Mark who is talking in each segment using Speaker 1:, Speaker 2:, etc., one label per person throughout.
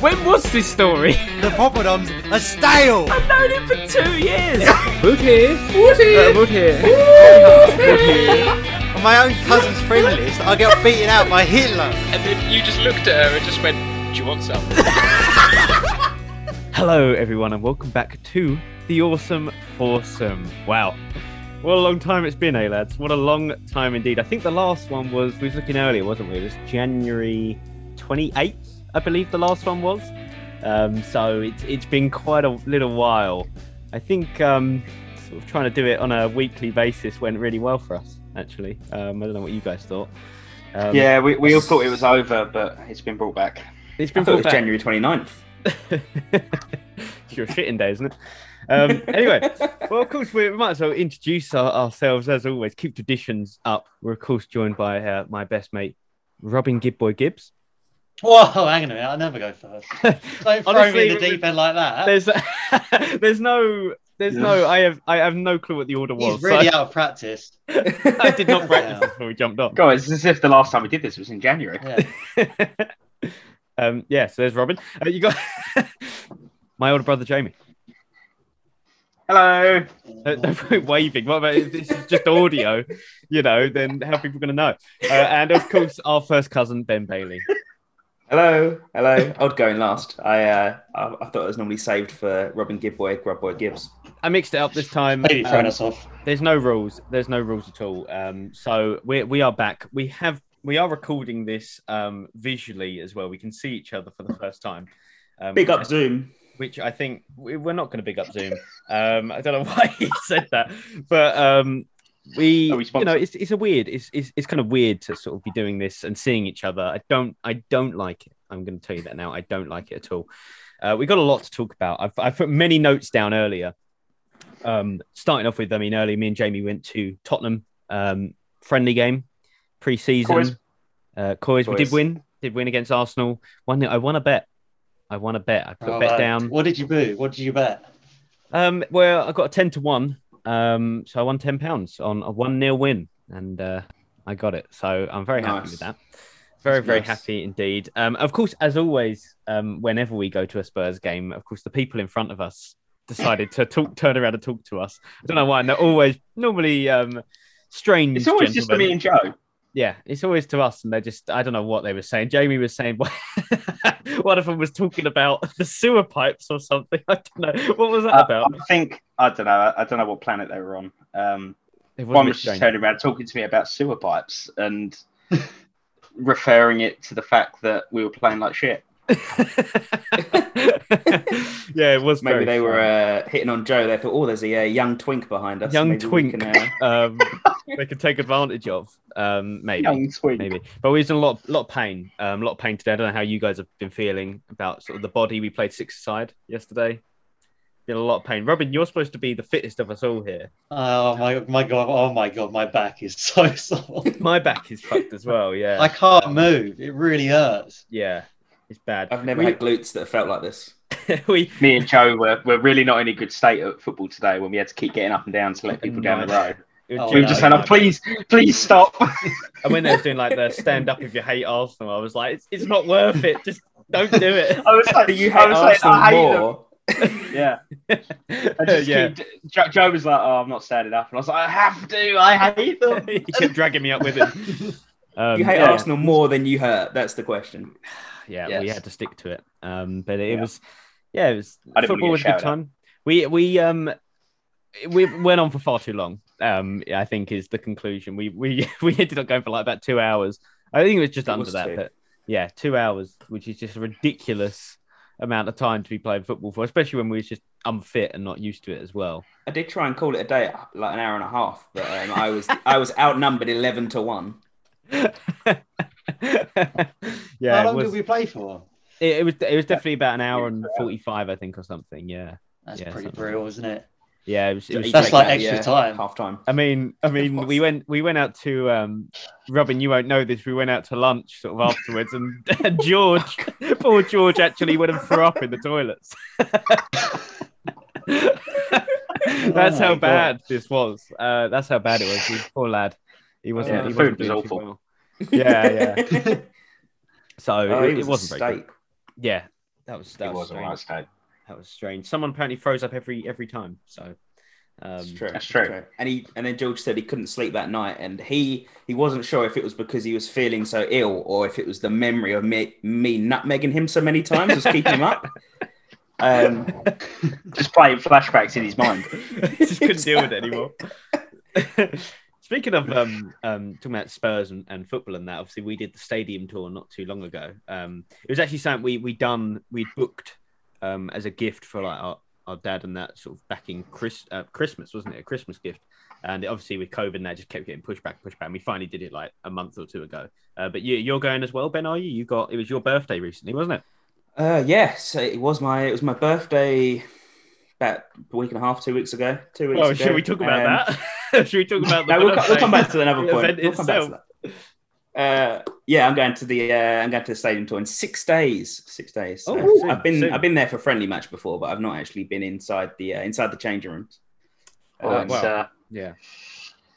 Speaker 1: When was this story?
Speaker 2: The poppadoms are stale.
Speaker 3: I've known him for two years.
Speaker 1: Boot here.
Speaker 4: Woody!
Speaker 1: Uh, boot here. Boot here.
Speaker 2: On my own cousin's friend list, I get beaten out by Hitler.
Speaker 4: And then you just looked at her and just went, Do you want some?
Speaker 1: Hello, everyone, and welcome back to the awesome foursome. Wow, what a long time it's been, eh, lads? What a long time indeed. I think the last one was we was looking earlier, wasn't we? It was January twenty eighth, I believe the last one was. Um, so it's it's been quite a little while. I think um, sort of trying to do it on a weekly basis went really well for us, actually. Um, I don't know what you guys thought. Um,
Speaker 5: Yeah, we, we all thought it was over, but it's been brought back.
Speaker 1: it's been
Speaker 6: I thought it was
Speaker 1: brought back.
Speaker 6: January 29th.
Speaker 1: it's your shitting day, isn't it? Um, anyway, well, of course, we, we might as well introduce our, ourselves as always, keep traditions up. We're, of course, joined by uh, my best mate, Robin Gibboy Gibbs.
Speaker 7: Whoa, hang on a minute. I'll never go first. Don't throw
Speaker 1: Honestly,
Speaker 7: me in the deep end like that.
Speaker 1: There's, there's no, there's no, I have, I have no clue what the order was.
Speaker 7: He's
Speaker 1: so
Speaker 7: really out of practice.
Speaker 1: I, I did not practice before we jumped on.
Speaker 5: God, it's as if the last time we did this was in January.
Speaker 7: Yeah.
Speaker 1: um, yeah, so there's Robin. Uh, you got my older brother Jamie.
Speaker 5: Hello.
Speaker 1: Uh, no point waving. What about if this is just audio? You know, then how are people going to know? Uh, and of course, our first cousin Ben Bailey.
Speaker 6: Hello, hello. I'd go in last. I, uh, I I thought it was normally saved for Robin Gibboy, Grubboy Gibbs.
Speaker 1: I mixed it up this time.
Speaker 7: Maybe throwing
Speaker 1: Um,
Speaker 7: us off.
Speaker 1: there's no rules. There's no rules at all. Um, so we we are back. We have we are recording this um, visually as well. We can see each other for the first time. Um,
Speaker 6: Big up Zoom.
Speaker 1: which I think we- we're not going to big up Zoom. Um, I don't know why he said that, but um, we,
Speaker 5: Are we
Speaker 1: you know,
Speaker 5: sponsored?
Speaker 1: it's, it's a weird, it's, it's it's kind of weird to sort of be doing this and seeing each other. I don't, I don't like it. I'm going to tell you that now. I don't like it at all. Uh, we got a lot to talk about. I've, I've put many notes down earlier. Um, starting off with, I mean, earlier, me and Jamie went to Tottenham um, friendly game pre-season.
Speaker 5: Coys.
Speaker 1: Uh, Coys, we did
Speaker 6: Coys.
Speaker 1: win, did win against Arsenal. One, I won a bet. I won a bet. I put
Speaker 7: Oh,
Speaker 1: a bet
Speaker 7: right.
Speaker 1: down.
Speaker 7: What did you do? What did you bet?
Speaker 1: Um, well, I got a ten to one. Um, so I won ten pounds on a one 0 win, and uh, I got it. So I'm very happy
Speaker 6: Nice.
Speaker 1: with that. Very,
Speaker 6: That's
Speaker 1: very
Speaker 6: nice.
Speaker 1: happy indeed. Um, of course, as always, um, whenever we go to a Spurs game, of course, the people in front of us decided to talk, turn around and talk to us. I don't know why. And they're always normally um, strange.
Speaker 5: It's always just
Speaker 1: gentlemen
Speaker 5: me and Joe.
Speaker 1: yeah, it's always to us, and they just I don't know what they were saying. Jamie was saying one of them was talking about the sewer pipes or something. I don't know what was that
Speaker 5: Uh,
Speaker 1: about.
Speaker 5: I think I don't know. I don't know what planet they were on. Um,
Speaker 1: It
Speaker 5: one
Speaker 1: wasn't
Speaker 5: was just
Speaker 1: Jamie.
Speaker 5: turning around talking to me about sewer pipes and referring it to the fact that we were playing like shit.
Speaker 1: yeah, it was
Speaker 6: Maybe
Speaker 1: very
Speaker 6: they were
Speaker 1: funny.
Speaker 6: uh, hitting on Joe. They thought, oh, there's a uh, young twink behind us.
Speaker 1: Young
Speaker 6: Maybe we
Speaker 1: twink.
Speaker 6: can, uh,
Speaker 1: um, they could take advantage of. Um, maybe.
Speaker 5: Young twink.
Speaker 1: maybe. But we was in a lot, lot of pain, um, lot of pain today. I don't know how you guys have been feeling about sort of the body. We played six side yesterday. Been a lot of pain. Robin, you're supposed to be the fittest of us all here.
Speaker 7: Oh my, my god! Oh my god! My back is so sore.
Speaker 1: My back is fucked as well. Yeah,
Speaker 7: I can't move. It really hurts.
Speaker 1: yeah, it's bad.
Speaker 6: I've never
Speaker 1: we,
Speaker 6: had glutes that have felt like this.
Speaker 1: we
Speaker 5: Me and Joe were, were really not in a good state at football today when we had to keep getting up and down to let people down the road.
Speaker 1: it
Speaker 7: Oh,
Speaker 1: was
Speaker 5: we were
Speaker 1: Jamie
Speaker 5: just
Speaker 1: and
Speaker 5: saying, oh,
Speaker 1: I.
Speaker 5: please, please stop.
Speaker 1: And when they were doing like the stand up if you hate Arsenal, I was like, it's, it's not worth it. Just don't do it.
Speaker 5: I was like,
Speaker 6: Do you
Speaker 5: I
Speaker 6: hate
Speaker 5: was like,
Speaker 6: Arsenal
Speaker 5: I hate them.
Speaker 6: more?
Speaker 5: Yeah. I just
Speaker 1: yeah.
Speaker 5: keep, Joe, Joe was like, "Oh, I'm not standing up," and I was like, "I have to. I hate them."
Speaker 1: he kept dragging me up with him. Um,
Speaker 6: you hate
Speaker 5: yeah.
Speaker 6: Arsenal more than you hurt. That's the question.
Speaker 1: yeah, we
Speaker 5: Yes.
Speaker 1: had to stick to it. Um, but it,
Speaker 5: Yeah.
Speaker 1: was, yeah, it was
Speaker 5: I didn't
Speaker 1: football
Speaker 5: wanna
Speaker 1: was
Speaker 5: get
Speaker 1: a good
Speaker 5: shouted at.
Speaker 1: time. We we um we went on for far too long. Um, I think is the conclusion. We we we ended up going for like about two hours. I think it was just
Speaker 6: It
Speaker 1: under
Speaker 6: was
Speaker 1: that,
Speaker 6: two.
Speaker 1: but yeah, two hours, which is just a ridiculous amount of time to be playing football for, especially when we was just unfit and not used to it as well.
Speaker 6: I did try and call it a day, like an hour and a half, but um, I was I was outnumbered eleven to one.
Speaker 1: yeah,
Speaker 7: How
Speaker 1: it
Speaker 7: long
Speaker 1: was,
Speaker 7: did we play for?
Speaker 1: it, it was it was definitely about an hour and forty five, I think, or something. Yeah,
Speaker 7: That's
Speaker 1: Yeah,
Speaker 7: pretty
Speaker 1: something.
Speaker 7: brutal, isn't it?
Speaker 1: yeah, it was, it was
Speaker 7: That's like extra
Speaker 1: Um,
Speaker 7: time.
Speaker 6: Half time.
Speaker 1: I mean, I mean, we went we went out to um, Robin. You won't know this. We went out to lunch sort of afterwards, and, and George, poor George, actually went and threw up in the toilets. that's
Speaker 7: Oh
Speaker 1: how
Speaker 7: my
Speaker 1: bad this was. Uh, that's how bad it was. He- poor lad. He wasn't.
Speaker 6: Yeah,
Speaker 1: he
Speaker 6: the
Speaker 1: wasn't
Speaker 5: food was
Speaker 1: doing too
Speaker 5: awful.
Speaker 1: well. Yeah, yeah. So
Speaker 6: Oh,
Speaker 1: it,
Speaker 6: he
Speaker 1: it
Speaker 6: was a
Speaker 1: wasn't very good.
Speaker 6: steak.
Speaker 1: Yeah, That was that
Speaker 5: It
Speaker 1: was,
Speaker 5: was a
Speaker 1: strange.
Speaker 5: right state.
Speaker 1: That was strange. Someone apparently froze up every every time. So um,
Speaker 6: It's true.
Speaker 5: That's true.
Speaker 6: And he and then George said he couldn't sleep that night, and he he wasn't sure if it was because he was feeling so ill or if it was the memory of me me nutmegging him so many times was keeping him up. Um,
Speaker 5: Just playing flashbacks in his mind.
Speaker 1: just couldn't deal with it anymore. Speaking of um, um, talking about Spurs and, and football and that, obviously we did the stadium tour not too long ago. Um, it was actually something we we done we booked um, as a gift for like our, our dad and that sort of back in Chris, uh, Christmas, wasn't it? A Christmas gift. And obviously with COVID, and that just kept getting pushed back, pushed back. And we finally did it like a month or two ago. Uh, but you, you're going as well, Ben? Are you? You got it was your birthday recently, wasn't it?
Speaker 6: uh, yes, it was my it was my birthday about a week and a half, two weeks ago. Two weeks.
Speaker 1: Oh,
Speaker 6: ago.
Speaker 1: should we talk about
Speaker 6: Um,
Speaker 1: that? should we talk about the
Speaker 6: no, we'll, co- we'll
Speaker 1: birthday?
Speaker 6: come back to another
Speaker 1: The
Speaker 6: point.
Speaker 1: event
Speaker 6: We'll come back to that. Uh, yeah, I'm going to the uh, I'm going to the stadium tour in six days. Six days. So
Speaker 1: Oh, soon,
Speaker 6: I've been
Speaker 1: soon.
Speaker 6: I've been there for a friendly match before, but I've not actually been inside the uh, inside the changing rooms.
Speaker 5: Well,
Speaker 1: Oh,
Speaker 5: it's,
Speaker 1: wow.
Speaker 5: uh,
Speaker 1: Yeah.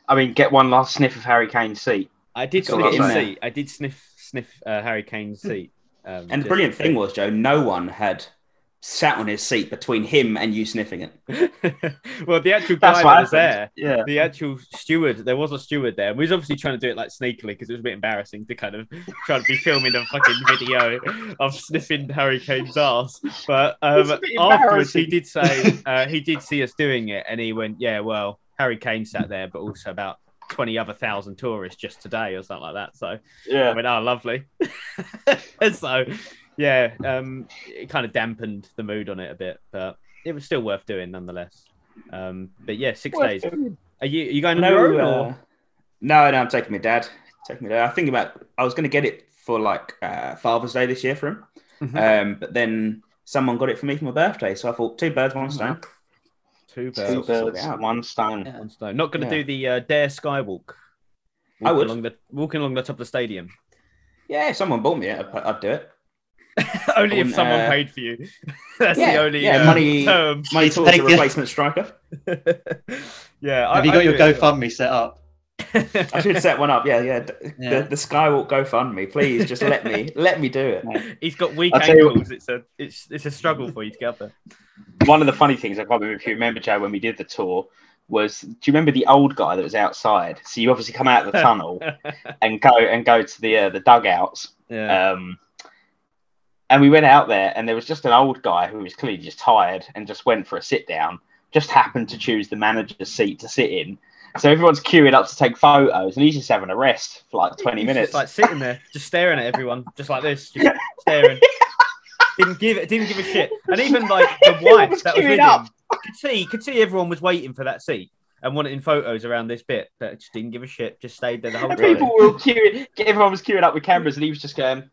Speaker 5: I mean, get one last sniff of Harry Kane's seat.
Speaker 1: I did
Speaker 5: Got
Speaker 1: sniff
Speaker 5: that
Speaker 1: his
Speaker 5: right.
Speaker 1: seat. I did sniff sniff uh, Harry Kane's seat. Um,
Speaker 6: And the
Speaker 1: just-
Speaker 6: brilliant thing was, Joe, no one had sat on his seat between him and you sniffing it.
Speaker 1: well, the actual
Speaker 5: That's
Speaker 1: guy
Speaker 5: what
Speaker 1: that was there,
Speaker 5: happened. Yeah.
Speaker 1: the actual steward, there was a steward there. and We was obviously trying to do it like sneakily because it was a bit embarrassing to kind of try to be filming a fucking video of sniffing Harry Kane's ass. But
Speaker 5: It's
Speaker 1: um,
Speaker 5: a bit
Speaker 1: afterwards, he
Speaker 5: embarrassing.
Speaker 1: did say uh, he did see us doing it, and he went, "Yeah, well, Harry Kane sat there, but also about twenty other thousand tourists just today, or something like that." So. I
Speaker 5: Yeah.
Speaker 1: went, oh, lovely. so, yeah, um, it kind of dampened the mood on it a bit, but it was still worth doing nonetheless. Um, but yeah, six days. Are you are you going on your own?
Speaker 6: uh,
Speaker 1: or-
Speaker 6: no, no, I'm taking my dad. Taking my dad. I think about I was going to get it for like uh, Father's Day this year for him,
Speaker 1: Mm-hmm.
Speaker 6: um, but then someone got it for me for my birthday, so I thought two birds,
Speaker 1: Oh,
Speaker 6: one stone.
Speaker 1: Two
Speaker 5: Two
Speaker 1: birds,
Speaker 5: birds,
Speaker 6: Yeah.
Speaker 5: one stone.
Speaker 1: one stone. Not going to
Speaker 6: Yeah.
Speaker 1: do the uh, Dare Skywalk.
Speaker 6: I
Speaker 1: Walking
Speaker 6: would.
Speaker 1: along the walking along the top of the stadium.
Speaker 6: Yeah, if someone bought me it, I'd, I'd do it.
Speaker 1: only if
Speaker 6: On,
Speaker 1: someone
Speaker 6: uh,
Speaker 1: paid for you. That's the
Speaker 6: yeah,
Speaker 1: only
Speaker 6: yeah,
Speaker 1: uh,
Speaker 6: money-
Speaker 1: term.
Speaker 6: My
Speaker 7: Please
Speaker 6: thoughts
Speaker 7: take
Speaker 6: a
Speaker 7: it.
Speaker 6: replacement striker.
Speaker 1: yeah. I-
Speaker 7: Have you
Speaker 1: I
Speaker 7: got your
Speaker 1: do it.
Speaker 7: GoFundMe set up?
Speaker 6: I should set one up. Yeah, yeah. D-
Speaker 7: Yeah.
Speaker 6: The, the Skywalk GoFundMe, please. Just let me, let me do it.
Speaker 1: He's got weak
Speaker 5: I'll tell you what-
Speaker 1: ankles. It's a it's it's a struggle for you to get up there.
Speaker 5: One of the funny things, I can't remember if you remember, Joe, when we did the tour, was do you remember the old guy that was outside? So you obviously come out of the tunnel and go and go to the uh, the dugouts.
Speaker 1: Yeah.
Speaker 5: Um, and we went out there, and there was just an old guy who was clearly just tired and just went for a sit down. Just happened to choose the manager's seat to sit in. So everyone's queuing up to take photos, and he's just having a rest for like 20
Speaker 1: He's
Speaker 5: minutes.
Speaker 1: Just like sitting there, just staring at everyone, just like this, just staring. Didn't give didn't give a shit. And even like the
Speaker 5: Everyone
Speaker 1: wife
Speaker 5: was
Speaker 1: that was
Speaker 5: queuing
Speaker 1: with
Speaker 5: up.
Speaker 1: him could see could see everyone was waiting for that seat and wanting photos around this bit, but just didn't give a shit. Just stayed there the whole
Speaker 5: and
Speaker 1: time.
Speaker 5: people were queuing, everyone was queuing up with cameras, and he was just going,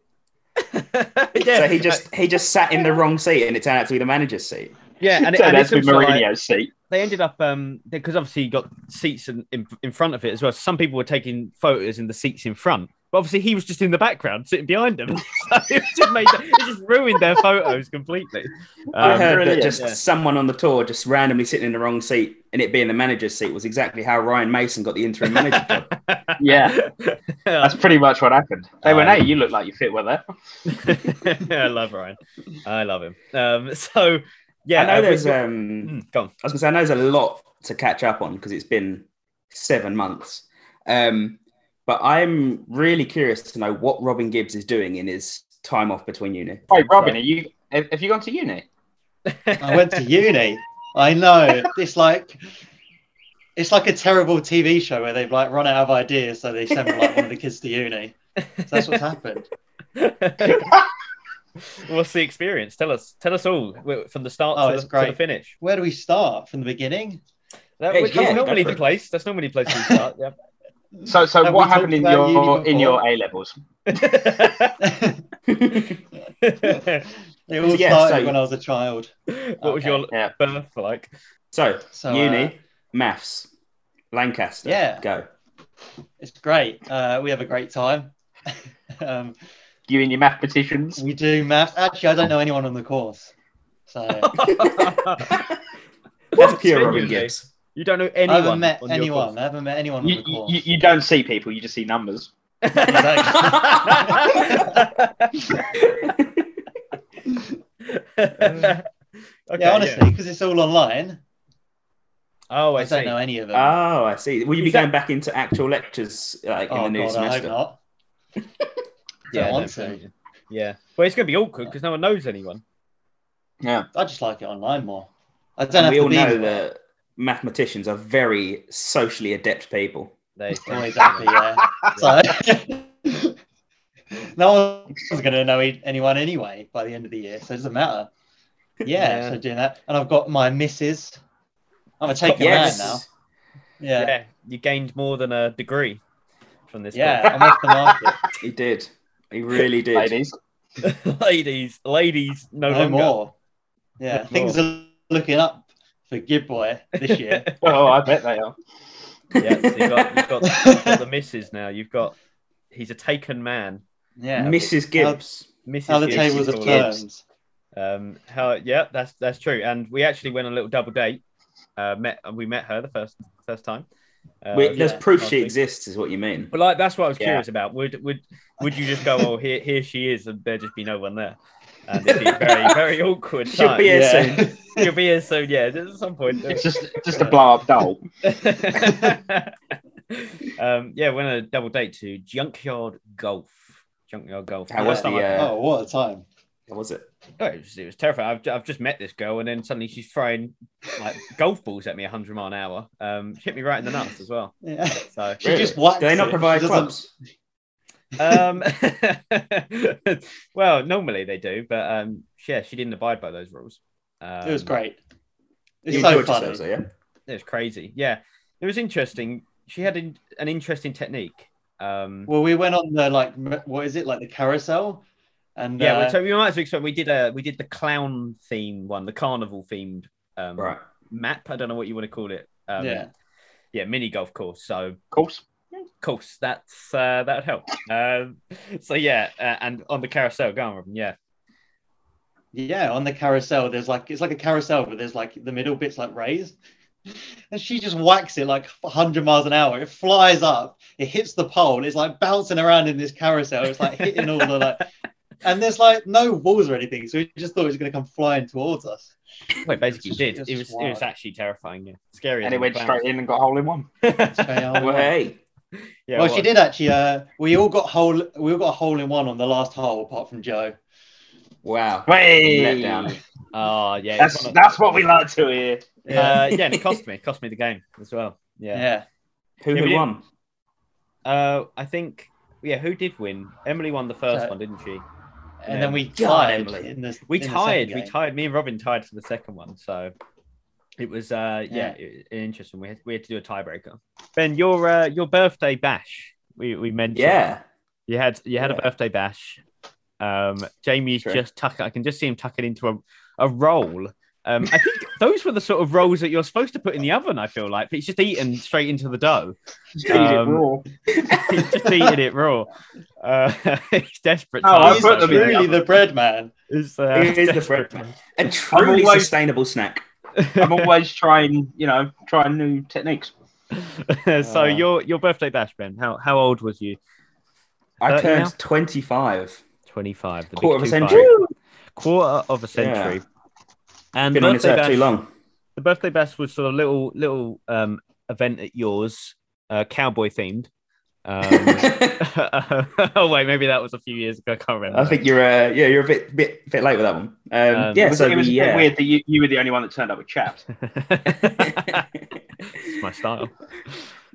Speaker 1: yeah,
Speaker 6: so he just he just sat in the wrong seat, and it turned out to be the manager's seat.
Speaker 1: yeah, and, it,
Speaker 5: so
Speaker 1: and
Speaker 5: that's
Speaker 1: it's
Speaker 5: with
Speaker 1: also like-
Speaker 5: Mourinho's seat.
Speaker 1: they ended up um because obviously you got seats in, in in front of it as well. Some people were taking photos in the seats in front, but obviously he was just in the background sitting behind them. so it just made it just ruined their photos completely.
Speaker 6: I
Speaker 1: Um,
Speaker 6: heard
Speaker 5: brilliant,
Speaker 6: that just
Speaker 1: yeah.
Speaker 6: someone on the tour just randomly sitting in the wrong seat and it being the manager's seat was exactly how Ryan Mason got the interim manager job.
Speaker 5: Yeah, that's pretty much what happened. They went,
Speaker 1: Uh,
Speaker 5: hey, you look like you fit well there.
Speaker 1: I love Ryan. I love him. Um, so yeah,
Speaker 6: I know
Speaker 1: uh,
Speaker 6: there's
Speaker 1: we-
Speaker 6: um
Speaker 1: Mm, go on.
Speaker 6: I was gonna say I know there's a lot to catch up on because it's been seven months. Um but I'm really curious to know what Robin Gibbs is doing in his time off between uni.
Speaker 5: Wait, Robin, are you, have have you gone to uni?
Speaker 7: I went to uni. I know. It's like it's like a terrible TV show where they've like run out of ideas, so they send like one of the kids to uni. So that's what's happened.
Speaker 1: What's the experience? Tell us. Tell us all w- from the start
Speaker 7: Oh,
Speaker 1: to,
Speaker 7: it's
Speaker 1: the, to the
Speaker 7: great.
Speaker 1: finish.
Speaker 7: Where do we start from the beginning?
Speaker 1: That,
Speaker 6: Yeah,
Speaker 1: which
Speaker 6: yeah,
Speaker 1: is
Speaker 6: go
Speaker 1: normally
Speaker 6: for
Speaker 1: the
Speaker 6: it.
Speaker 1: place. That's normally the place we start. Yeah.
Speaker 5: So, so
Speaker 7: Have
Speaker 5: what
Speaker 7: we
Speaker 5: happened in
Speaker 7: talked about
Speaker 5: your
Speaker 7: uni
Speaker 5: in your A levels?
Speaker 1: what
Speaker 7: It all
Speaker 6: Yeah,
Speaker 7: started
Speaker 6: so-
Speaker 7: when I was a child.
Speaker 1: was your
Speaker 5: Yeah.
Speaker 1: birth like?
Speaker 6: So,
Speaker 7: So
Speaker 6: uni,
Speaker 7: uh,
Speaker 6: maths, Lancaster.
Speaker 7: Yeah.
Speaker 6: Go.
Speaker 7: it's great. Uh, we have a great time. um,
Speaker 5: You and your mathematicians?
Speaker 7: we do maths. Actually, I don't know anyone on the course. So
Speaker 6: That's pure Robin
Speaker 1: Genuinely.
Speaker 6: Gibbs.
Speaker 1: You don't know
Speaker 7: I
Speaker 1: anyone.
Speaker 7: haven't met
Speaker 1: on your
Speaker 7: anyone.
Speaker 1: course.
Speaker 7: I haven't met anyone on
Speaker 5: You,
Speaker 7: the
Speaker 5: you,
Speaker 7: course.
Speaker 5: you you don't see people, you just see numbers.
Speaker 7: Exactly.
Speaker 1: Okay,
Speaker 7: yeah, honestly, because it's all online.
Speaker 1: Oh,
Speaker 7: I
Speaker 1: I see. Ah,
Speaker 7: don't know any of them.
Speaker 6: Oh, I see. Will you be
Speaker 1: Is that-
Speaker 6: going back into actual lectures like in
Speaker 7: oh
Speaker 6: the new
Speaker 7: god, I hope
Speaker 6: semester?
Speaker 7: not.
Speaker 1: Yeah,
Speaker 7: don't
Speaker 1: no,
Speaker 7: want to.
Speaker 1: brilliant. Yeah. Well, it's going to be awkward because no one knows anyone.
Speaker 7: I just like it online more. I don't
Speaker 6: And
Speaker 7: have
Speaker 6: we
Speaker 7: to
Speaker 6: all
Speaker 7: be
Speaker 6: know
Speaker 7: there.
Speaker 6: that mathematicians are very socially adept people.
Speaker 1: They
Speaker 7: Oh, exactly. Yeah. uh, so no one's going to know e- anyone anyway by the end of the year, so it doesn't matter. Yeah,
Speaker 1: Yeah.
Speaker 7: so doing that, and I've got my missus. I'm a taken
Speaker 6: yes.
Speaker 7: man now.
Speaker 1: yeah.
Speaker 7: Yeah,
Speaker 1: you gained more than a degree from this.
Speaker 7: yeah, I'm off the market.
Speaker 6: He did. He really did.
Speaker 5: Ladies,
Speaker 1: book. ladies, ladies, no,
Speaker 7: No,
Speaker 1: longer.
Speaker 7: more. Yeah,
Speaker 1: No
Speaker 7: things are looking up for Gib Boy this year.
Speaker 5: oh, I bet they are.
Speaker 1: Yeah, so you've got, you've got, you've got the missus now. You've got he's a taken man.
Speaker 7: yeah,
Speaker 6: Mrs. Gibbs.
Speaker 1: Mrs.
Speaker 7: how the
Speaker 1: Gibbs,
Speaker 7: tables
Speaker 1: she
Speaker 7: have
Speaker 1: calls
Speaker 6: turned.
Speaker 1: it.
Speaker 7: turned.
Speaker 1: Um, how? Yeah, that's that's true. And we actually went on a little double date. Uh, met we met her the first first time. Uh,
Speaker 6: Wait, there's
Speaker 1: yeah,
Speaker 6: proof
Speaker 1: last
Speaker 6: she
Speaker 1: week.
Speaker 6: exists, is what you mean.
Speaker 1: But like that's what I was
Speaker 5: Yeah.
Speaker 1: curious about. Would would would you just go, oh here here she is, and there just be no one there, and it'd be a very very awkward
Speaker 6: She'll
Speaker 1: time.
Speaker 6: be here
Speaker 7: Yeah.
Speaker 6: soon.
Speaker 1: She'll be here soon. Yeah, at some point.
Speaker 5: It's just just a blow up doll.
Speaker 1: um, yeah, went on a double date to Junkyard Golf. Junkyard Golf.
Speaker 6: How
Speaker 1: Yeah.
Speaker 6: was the? Uh,
Speaker 7: Oh, what a time!
Speaker 6: What was it?
Speaker 1: Oh, it was, it was terrifying. I've, ju- I've just met this girl, and then suddenly she's throwing like golf balls at me 100 mile an hour. Um, she hit me right in the nuts as well.
Speaker 7: Yeah.
Speaker 1: So,
Speaker 7: She
Speaker 6: Really?
Speaker 7: just whacked
Speaker 6: Do they
Speaker 7: it.
Speaker 6: not
Speaker 7: She
Speaker 6: provide
Speaker 7: doesn't-
Speaker 6: clubs?
Speaker 1: um, well, normally they do, but um, yeah, she didn't abide by those rules. Um,
Speaker 7: It was great. It's
Speaker 6: You
Speaker 7: so
Speaker 6: enjoyed
Speaker 7: funny.
Speaker 6: yourselves, eh? though, yeah?
Speaker 1: It was crazy. Yeah, it was interesting. She had an, an interesting technique. Um,
Speaker 7: Well, we went on the like, m- what is it like the carousel? And
Speaker 1: yeah,
Speaker 7: uh,
Speaker 1: so we might as well explain. We did a we did the clown theme one, the carnival themed um,
Speaker 6: Right.
Speaker 1: map. I don't know what you want to call it. Um,
Speaker 7: yeah,
Speaker 1: yeah, mini golf course. So
Speaker 5: Of course.
Speaker 1: course that's uh, that would help um, so yeah uh, and on the carousel go on Robin, yeah
Speaker 7: yeah, on the carousel, there's like it's like a carousel, but there's like the middle bits like raised, and she just whacks it like 100 miles an hour. It flies up, it hits the pole, it's like bouncing around in this carousel. It's like hitting all the like, and there's like no walls or anything, so we just thought it was gonna come flying towards us.
Speaker 1: well, it basically
Speaker 7: It's
Speaker 1: did
Speaker 7: just-
Speaker 1: it was
Speaker 7: it's wild.
Speaker 1: it was actually terrifying yeah scary
Speaker 5: And it went straight in and got a hole in one.
Speaker 7: Fail.
Speaker 6: Well, hey.
Speaker 1: yeah,
Speaker 7: well,
Speaker 1: it
Speaker 7: she
Speaker 1: was.
Speaker 7: did actually. Uh, we all got hole. We all got a hole in one on the last hole, apart from Joe.
Speaker 6: Wow.
Speaker 5: Way
Speaker 6: Let down.
Speaker 1: oh yeah it's
Speaker 5: That's
Speaker 1: one of-
Speaker 5: that's what we like to hear.
Speaker 1: uh, yeah and it cost me it cost me the game as well yeah,
Speaker 7: yeah.
Speaker 6: Who,
Speaker 1: Yeah, we
Speaker 6: who
Speaker 1: did.
Speaker 6: won?
Speaker 1: uh I think yeah who did win Emily won the first
Speaker 7: So-
Speaker 1: one didn't she
Speaker 7: and then we
Speaker 6: God,
Speaker 7: tied.
Speaker 6: Emily.
Speaker 7: In the,
Speaker 1: we
Speaker 7: in the
Speaker 1: tied
Speaker 7: second
Speaker 1: we
Speaker 7: game.
Speaker 1: tied me and Robin tied for the second one so it was uh yeah, it- interesting we had, we had to do a tiebreaker Ben your uh, your birthday bash we we mentioned
Speaker 6: Yeah.
Speaker 1: You had you had a
Speaker 6: Yeah.
Speaker 1: birthday bash. Um, Jamie's
Speaker 5: True.
Speaker 1: just tuck. I can just see him tucking into a, a roll. Um, I think those were the sort of rolls that you're supposed to put in the oven. I feel like, but he's just eaten straight into the dough.
Speaker 5: Just eat it
Speaker 1: Um,
Speaker 5: raw.
Speaker 1: He's just eating it raw. Uh, it's desperate.
Speaker 5: Oh, I
Speaker 1: times,
Speaker 5: put them
Speaker 1: feel.
Speaker 5: in.
Speaker 7: Really, the bread man.
Speaker 1: It's, uh,
Speaker 6: It is the
Speaker 1: desperate
Speaker 6: bread A truly
Speaker 5: always-
Speaker 6: sustainable snack.
Speaker 5: I'm always trying, you know, trying new techniques.
Speaker 1: times. so
Speaker 7: Uh,
Speaker 1: your your birthday bash, Ben. How how old was you?
Speaker 6: I
Speaker 1: Thirty
Speaker 6: turned
Speaker 1: now?
Speaker 6: 25.
Speaker 1: Twenty five.
Speaker 6: Quarter of a century.
Speaker 1: Quarter of a century. And
Speaker 6: Been on this
Speaker 1: birthday
Speaker 6: earth too
Speaker 1: bash-
Speaker 6: long.
Speaker 1: the birthday bash was sort of little little um event at yours uh cowboy themed um oh wait maybe that was a few years ago i can't remember
Speaker 6: I think you're uh, yeah you're a bit bit bit late with that one. Um,
Speaker 1: Um,
Speaker 6: yeah,
Speaker 5: It was,
Speaker 6: so
Speaker 5: it was
Speaker 6: we,
Speaker 5: a bit
Speaker 6: uh,
Speaker 5: weird that you, you were the only one that turned up with chaps.
Speaker 1: it's my style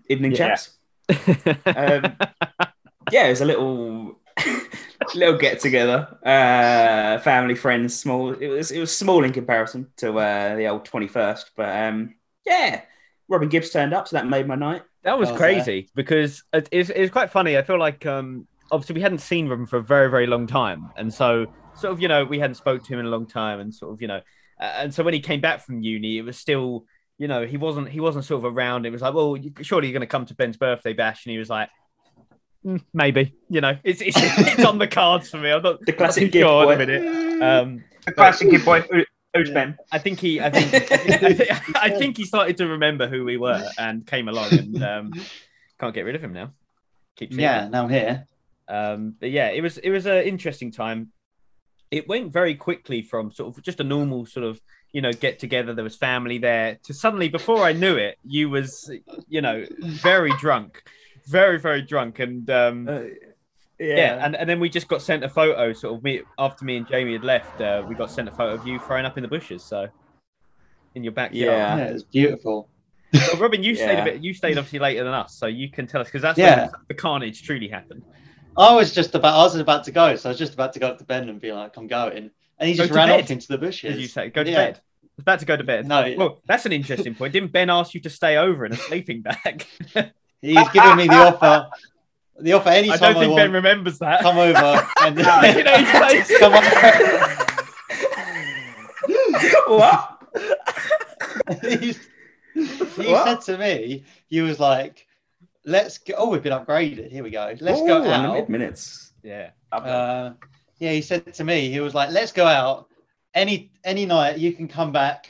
Speaker 6: evening
Speaker 5: Yeah.
Speaker 6: chaps. Um, yeah, it was a little little get together, uh, family, friends, small. It was it was small in comparison to uh, the old twenty first, but um, yeah, Robin Gibbs turned up, so that made my night.
Speaker 1: that was
Speaker 7: Oh, yeah.
Speaker 1: crazy because it, it's, it's quite funny i feel like um obviously we hadn't seen him for a very very long time and so sort of you know we hadn't spoke to him in a long time and sort of you know uh, and so when he came back from uni it was still you know he wasn't he wasn't sort of around it was like well you- surely you're going to come to ben's birthday bash and he was like "Mm, maybe you know it's, it's, it's on the cards for me i'm not
Speaker 6: The classic
Speaker 1: Go
Speaker 6: Gibbs
Speaker 1: on a
Speaker 6: boy.
Speaker 1: minute. um
Speaker 5: The classic kid boy, who, who's Ben?
Speaker 1: i think he i think I think, I think- I think he started to remember who we were and came along and um can't get rid of him now keep seeing him.
Speaker 7: Yeah, now I'm here.
Speaker 1: Um, but yeah, it was it was an interesting time. it went very quickly from sort of just a normal sort of you know get together there was family there to suddenly before i knew it you was you know very drunk very very drunk and um
Speaker 6: Uh,
Speaker 1: yeah, and, and then we just got sent a photo sort of me after me and jamie had left uh, we got sent a photo of you thrown up in the bushes so in your backyard
Speaker 6: Yeah.
Speaker 7: Yeah, it's beautiful.
Speaker 1: Well, Robin, you stayed a
Speaker 6: Yeah.
Speaker 1: bit. You stayed obviously later than us, so you can tell us because that's
Speaker 7: Yeah.
Speaker 1: when the carnage truly happened.
Speaker 7: I was just about I was about to go, so I was just about to go up to Ben and be like, I'm going. And he
Speaker 1: Go
Speaker 7: just
Speaker 1: to
Speaker 7: ran
Speaker 1: bed.
Speaker 7: off into the bushes.
Speaker 1: As you say, go to
Speaker 7: Yeah.
Speaker 1: bed. I was about to go to bed.
Speaker 7: No.
Speaker 1: Well, that's an interesting point. Didn't Ben ask you to stay over in a sleeping bag?
Speaker 7: He's given me the offer. The offer
Speaker 1: I
Speaker 7: anytime
Speaker 1: don't
Speaker 7: I,
Speaker 1: think Ben
Speaker 7: want.
Speaker 1: remembers that.
Speaker 7: Come over and
Speaker 1: You know, he's like-
Speaker 7: come over.
Speaker 6: what?
Speaker 7: he
Speaker 6: What?
Speaker 7: said to me, he was like, "Let's go." Oh, we've been upgraded. Here we go. Let's
Speaker 6: Ooh,
Speaker 7: go
Speaker 6: in the mid
Speaker 7: out.
Speaker 6: minutes.
Speaker 1: yeah.
Speaker 7: Uh, yeah, he said to me, he was like, "Let's go out. Any any night you can come back.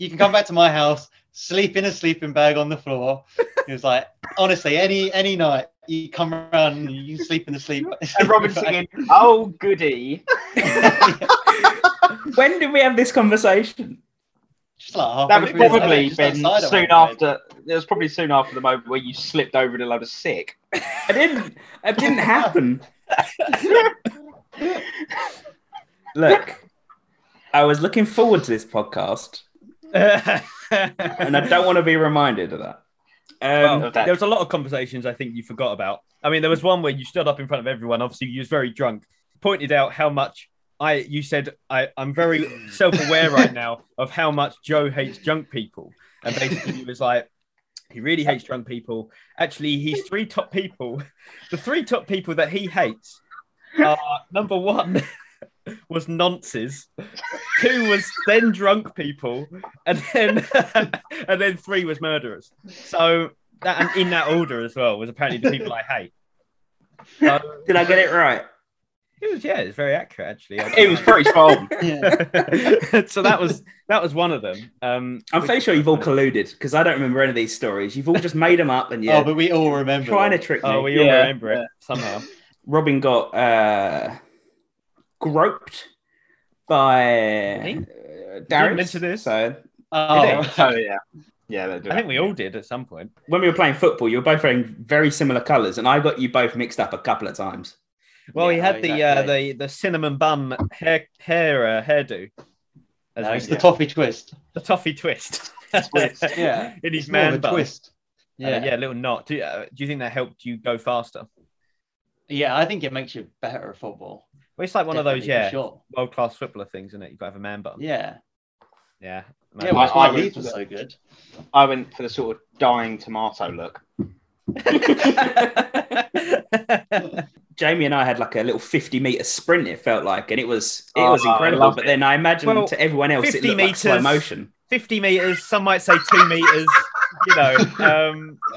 Speaker 7: You can come back to my house, sleep in a sleeping bag on the floor." He was like, "Honestly, any any night." You come around, you can sleep in the sleep.
Speaker 5: And Robin singing, "Oh goody."
Speaker 6: When did we have this conversation?
Speaker 7: Just like halfway
Speaker 5: That was
Speaker 7: through the
Speaker 5: probably
Speaker 7: night, just
Speaker 5: been
Speaker 7: outside at
Speaker 5: soon
Speaker 7: one point.
Speaker 5: after. It was probably soon after the moment where you slipped over in a load of sick.
Speaker 6: I didn't. It didn't happen. Look, I was looking forward to this podcast, and I don't want to be reminded of that. Um,
Speaker 1: Well, there was a lot of conversations I think you forgot about. I mean, there was one where you stood up in front of everyone. Obviously, you was very drunk. Pointed out how much I. You said I. I'm very self-aware right now of how much Joe hates drunk people, and basically he was like, he really hates drunk people. Actually, he's three top people. The three top people that he hates are number one was nonces, two was then drunk people, and then and then three was murderers. So that and in that order as well was apparently the people I hate. So
Speaker 6: did I get it right?
Speaker 1: it was yeah, it's very accurate actually.
Speaker 5: It was pretty spot on.
Speaker 7: Yeah.
Speaker 1: so that was that was one of them. Um,
Speaker 6: I'm fairly sure you've all colluded because I don't remember any of these stories. You've all just made them up, and yeah,
Speaker 7: Oh, but we all remember.
Speaker 6: trying to
Speaker 7: them.
Speaker 6: trick me.
Speaker 1: oh, we all
Speaker 5: Yeah.
Speaker 1: remember it somehow.
Speaker 6: Robin got uh, groped by
Speaker 1: Me?
Speaker 6: uh,
Speaker 1: Didn't
Speaker 6: Darius.
Speaker 1: mention this.
Speaker 6: So
Speaker 7: Oh,
Speaker 5: Oh yeah, yeah. They do
Speaker 1: I
Speaker 5: that.
Speaker 1: think we all did at some point.
Speaker 6: when we were playing football, you were both wearing very similar colours, and I got you both mixed up a couple of times.
Speaker 1: Well, he
Speaker 7: Yeah,
Speaker 1: had the uh,
Speaker 7: exactly.
Speaker 1: the the cinnamon bun hair hair uh, hairdo. As
Speaker 7: no,
Speaker 1: we
Speaker 7: it's
Speaker 1: said.
Speaker 7: the toffee twist.
Speaker 1: the toffee twist.
Speaker 7: Yeah.
Speaker 1: in his
Speaker 7: It's more of
Speaker 1: man
Speaker 7: a
Speaker 1: bun. Uh,
Speaker 7: twist.
Speaker 1: Yeah,
Speaker 7: Yeah.
Speaker 1: yeah, a little knot. Do, you- uh, do you think that helped you go faster?
Speaker 7: Yeah, I think it makes you better at football.
Speaker 1: Well, it's like one of those,
Speaker 7: Definitely,
Speaker 1: yeah,
Speaker 7: for Sure.
Speaker 1: world class footballer things, isn't it? You've got to have a man bun.
Speaker 7: Yeah.
Speaker 1: Yeah.
Speaker 7: Yeah,
Speaker 5: I-
Speaker 7: well, that's why
Speaker 5: I would-
Speaker 7: Leeds was so good.
Speaker 5: I went for the sort of dying tomato look.
Speaker 6: Jamie and I had like a little 50 meter sprint, it felt like, and it was it was
Speaker 5: Oh, I
Speaker 6: incredible.
Speaker 5: love
Speaker 6: But
Speaker 5: it.
Speaker 6: then I imagine
Speaker 1: Well,
Speaker 6: to everyone else it
Speaker 1: 50
Speaker 6: looked like slow
Speaker 1: metres.
Speaker 6: motion.
Speaker 1: 50 meters, some might say two meters, you know. Um,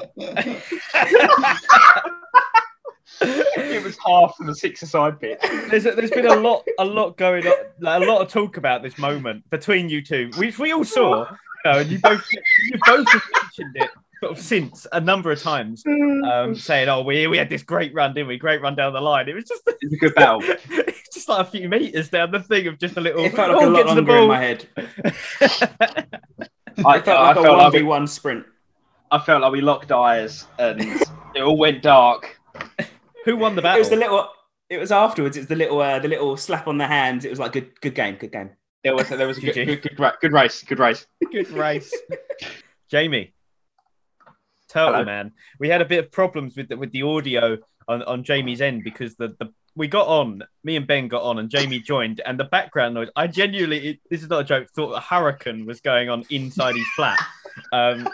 Speaker 5: It was half of the six-a-side bit.
Speaker 1: there's, there's been a lot a lot going on, like, a lot of talk about this moment between you two, which we all saw, you know, and you both, you both have mentioned it sort of since a number of times, um, saying, oh, we, we had this great run, didn't we? Great run down the line. It was just
Speaker 5: It's a good battle.
Speaker 1: it's just like a few meters down the thing of just a little.
Speaker 6: It felt like
Speaker 1: oh,
Speaker 6: a lot
Speaker 1: get to the
Speaker 6: longer in
Speaker 1: ball.
Speaker 6: my head.
Speaker 5: I,
Speaker 6: It felt like
Speaker 5: I
Speaker 6: a
Speaker 5: felt like we,
Speaker 6: 1v1 sprint.
Speaker 5: I felt like we locked eyes and it all went dark.
Speaker 1: Who won the
Speaker 6: It
Speaker 1: battle?
Speaker 6: was the little it was afterwards, it was the little uh, the little slap on the hand. It was like good good game, good game.
Speaker 5: There was there was a good,
Speaker 1: GG.
Speaker 5: good, good, ra- good race. Good race.
Speaker 1: good race. Jamie, Turtle
Speaker 5: Hello.
Speaker 1: Man, we had a bit of problems with the, with the audio on, on Jamie's end because the, the we got on, me and Ben got on, and Jamie joined, and the background noise. I genuinely, it, this is not a joke, thought a hurricane was going on inside his flat. Um,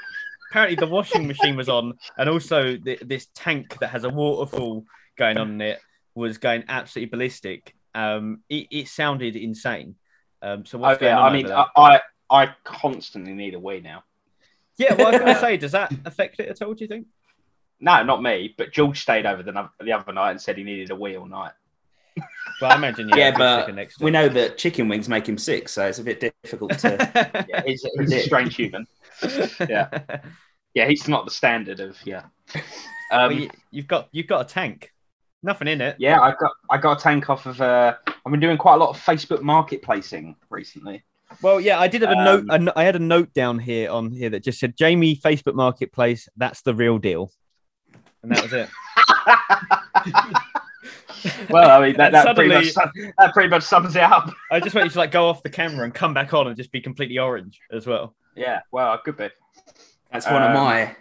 Speaker 1: apparently, the washing machine was on, and also th this tank that has a waterfall going on in it was going absolutely ballistic. Um, it, it sounded insane. Um, so what's
Speaker 5: Oh,
Speaker 1: going
Speaker 5: yeah,
Speaker 1: on?
Speaker 5: I mean,
Speaker 1: over there?
Speaker 5: I, I I constantly need a wee now.
Speaker 1: Yeah, well, I was going to say, does that affect it at all? Do you think?
Speaker 5: No, not me. But George stayed over the, no- the other night and said he needed a wee all night.
Speaker 1: Well, I imagine.
Speaker 6: Yeah,
Speaker 1: it's
Speaker 6: but
Speaker 1: like a next
Speaker 6: We know that chicken wings make him sick, so it's a bit difficult to
Speaker 5: Yeah, he's, he's a strange human.
Speaker 1: yeah.
Speaker 5: Yeah, he's not the standard of yeah. Um,
Speaker 1: well, you, you've got you've got a tank, nothing in it.
Speaker 5: Yeah, I got I got a tank off of uh, I've been doing quite a lot of Facebook marketplacing recently.
Speaker 1: Well, yeah, I did have a
Speaker 5: Um,
Speaker 1: note. a no- I had a note down here on here that just said Jamie Facebook Marketplace. That's the real deal, and that was it.
Speaker 5: Well, I mean
Speaker 1: And
Speaker 5: that, that, pretty, much,
Speaker 1: suddenly-
Speaker 5: sum- that pretty much sums it up.
Speaker 1: I just want you to like go off the camera and come back on and just be completely orange as well.
Speaker 5: Yeah, well, I could be.
Speaker 6: That's one of
Speaker 5: Um,
Speaker 6: my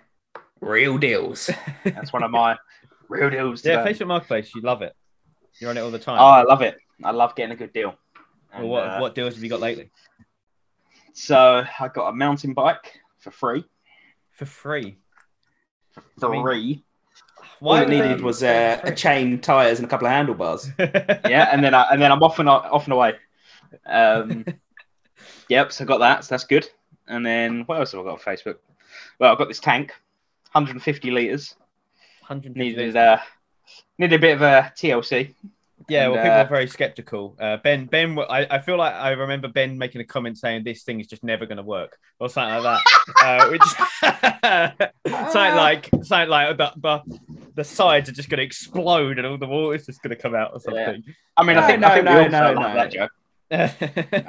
Speaker 6: real deals.
Speaker 5: That's one of my real deals.
Speaker 1: Yeah,
Speaker 5: today.
Speaker 1: Facebook Marketplace, you love it. You're on it all the time.
Speaker 5: Oh, I love it. I love getting a good deal.
Speaker 1: Well,
Speaker 5: And,
Speaker 1: what
Speaker 5: uh,
Speaker 1: what deals have you got lately?
Speaker 5: So I got a mountain bike for free.
Speaker 1: For free. I
Speaker 5: Three.
Speaker 1: mean-
Speaker 6: All it
Speaker 1: would
Speaker 6: needed
Speaker 1: they-
Speaker 6: was uh, a chain, tires, and a couple of handlebars.
Speaker 5: yeah, and then I, and then I'm off and off and away. Um, yep, so I got that. So that's good. And then what else have I got on Facebook? Well, I've got this tank, 150 liters.
Speaker 1: 150
Speaker 5: Needed uh, needed a bit of a TLC.
Speaker 1: Yeah, well,
Speaker 5: And,
Speaker 1: people
Speaker 5: uh,
Speaker 1: are very skeptical. Uh, ben, Ben, I, I feel like I remember Ben making a comment saying this thing is just never going to work or something like that. uh, which something like something like the, the, the sides are just going to explode and all the water's just going to come out or
Speaker 5: Yeah.
Speaker 1: something.
Speaker 5: I mean,
Speaker 6: No,
Speaker 5: I think
Speaker 6: no,
Speaker 5: I think we
Speaker 6: no,
Speaker 5: all
Speaker 6: no,
Speaker 5: felt
Speaker 6: no.
Speaker 5: like that joke.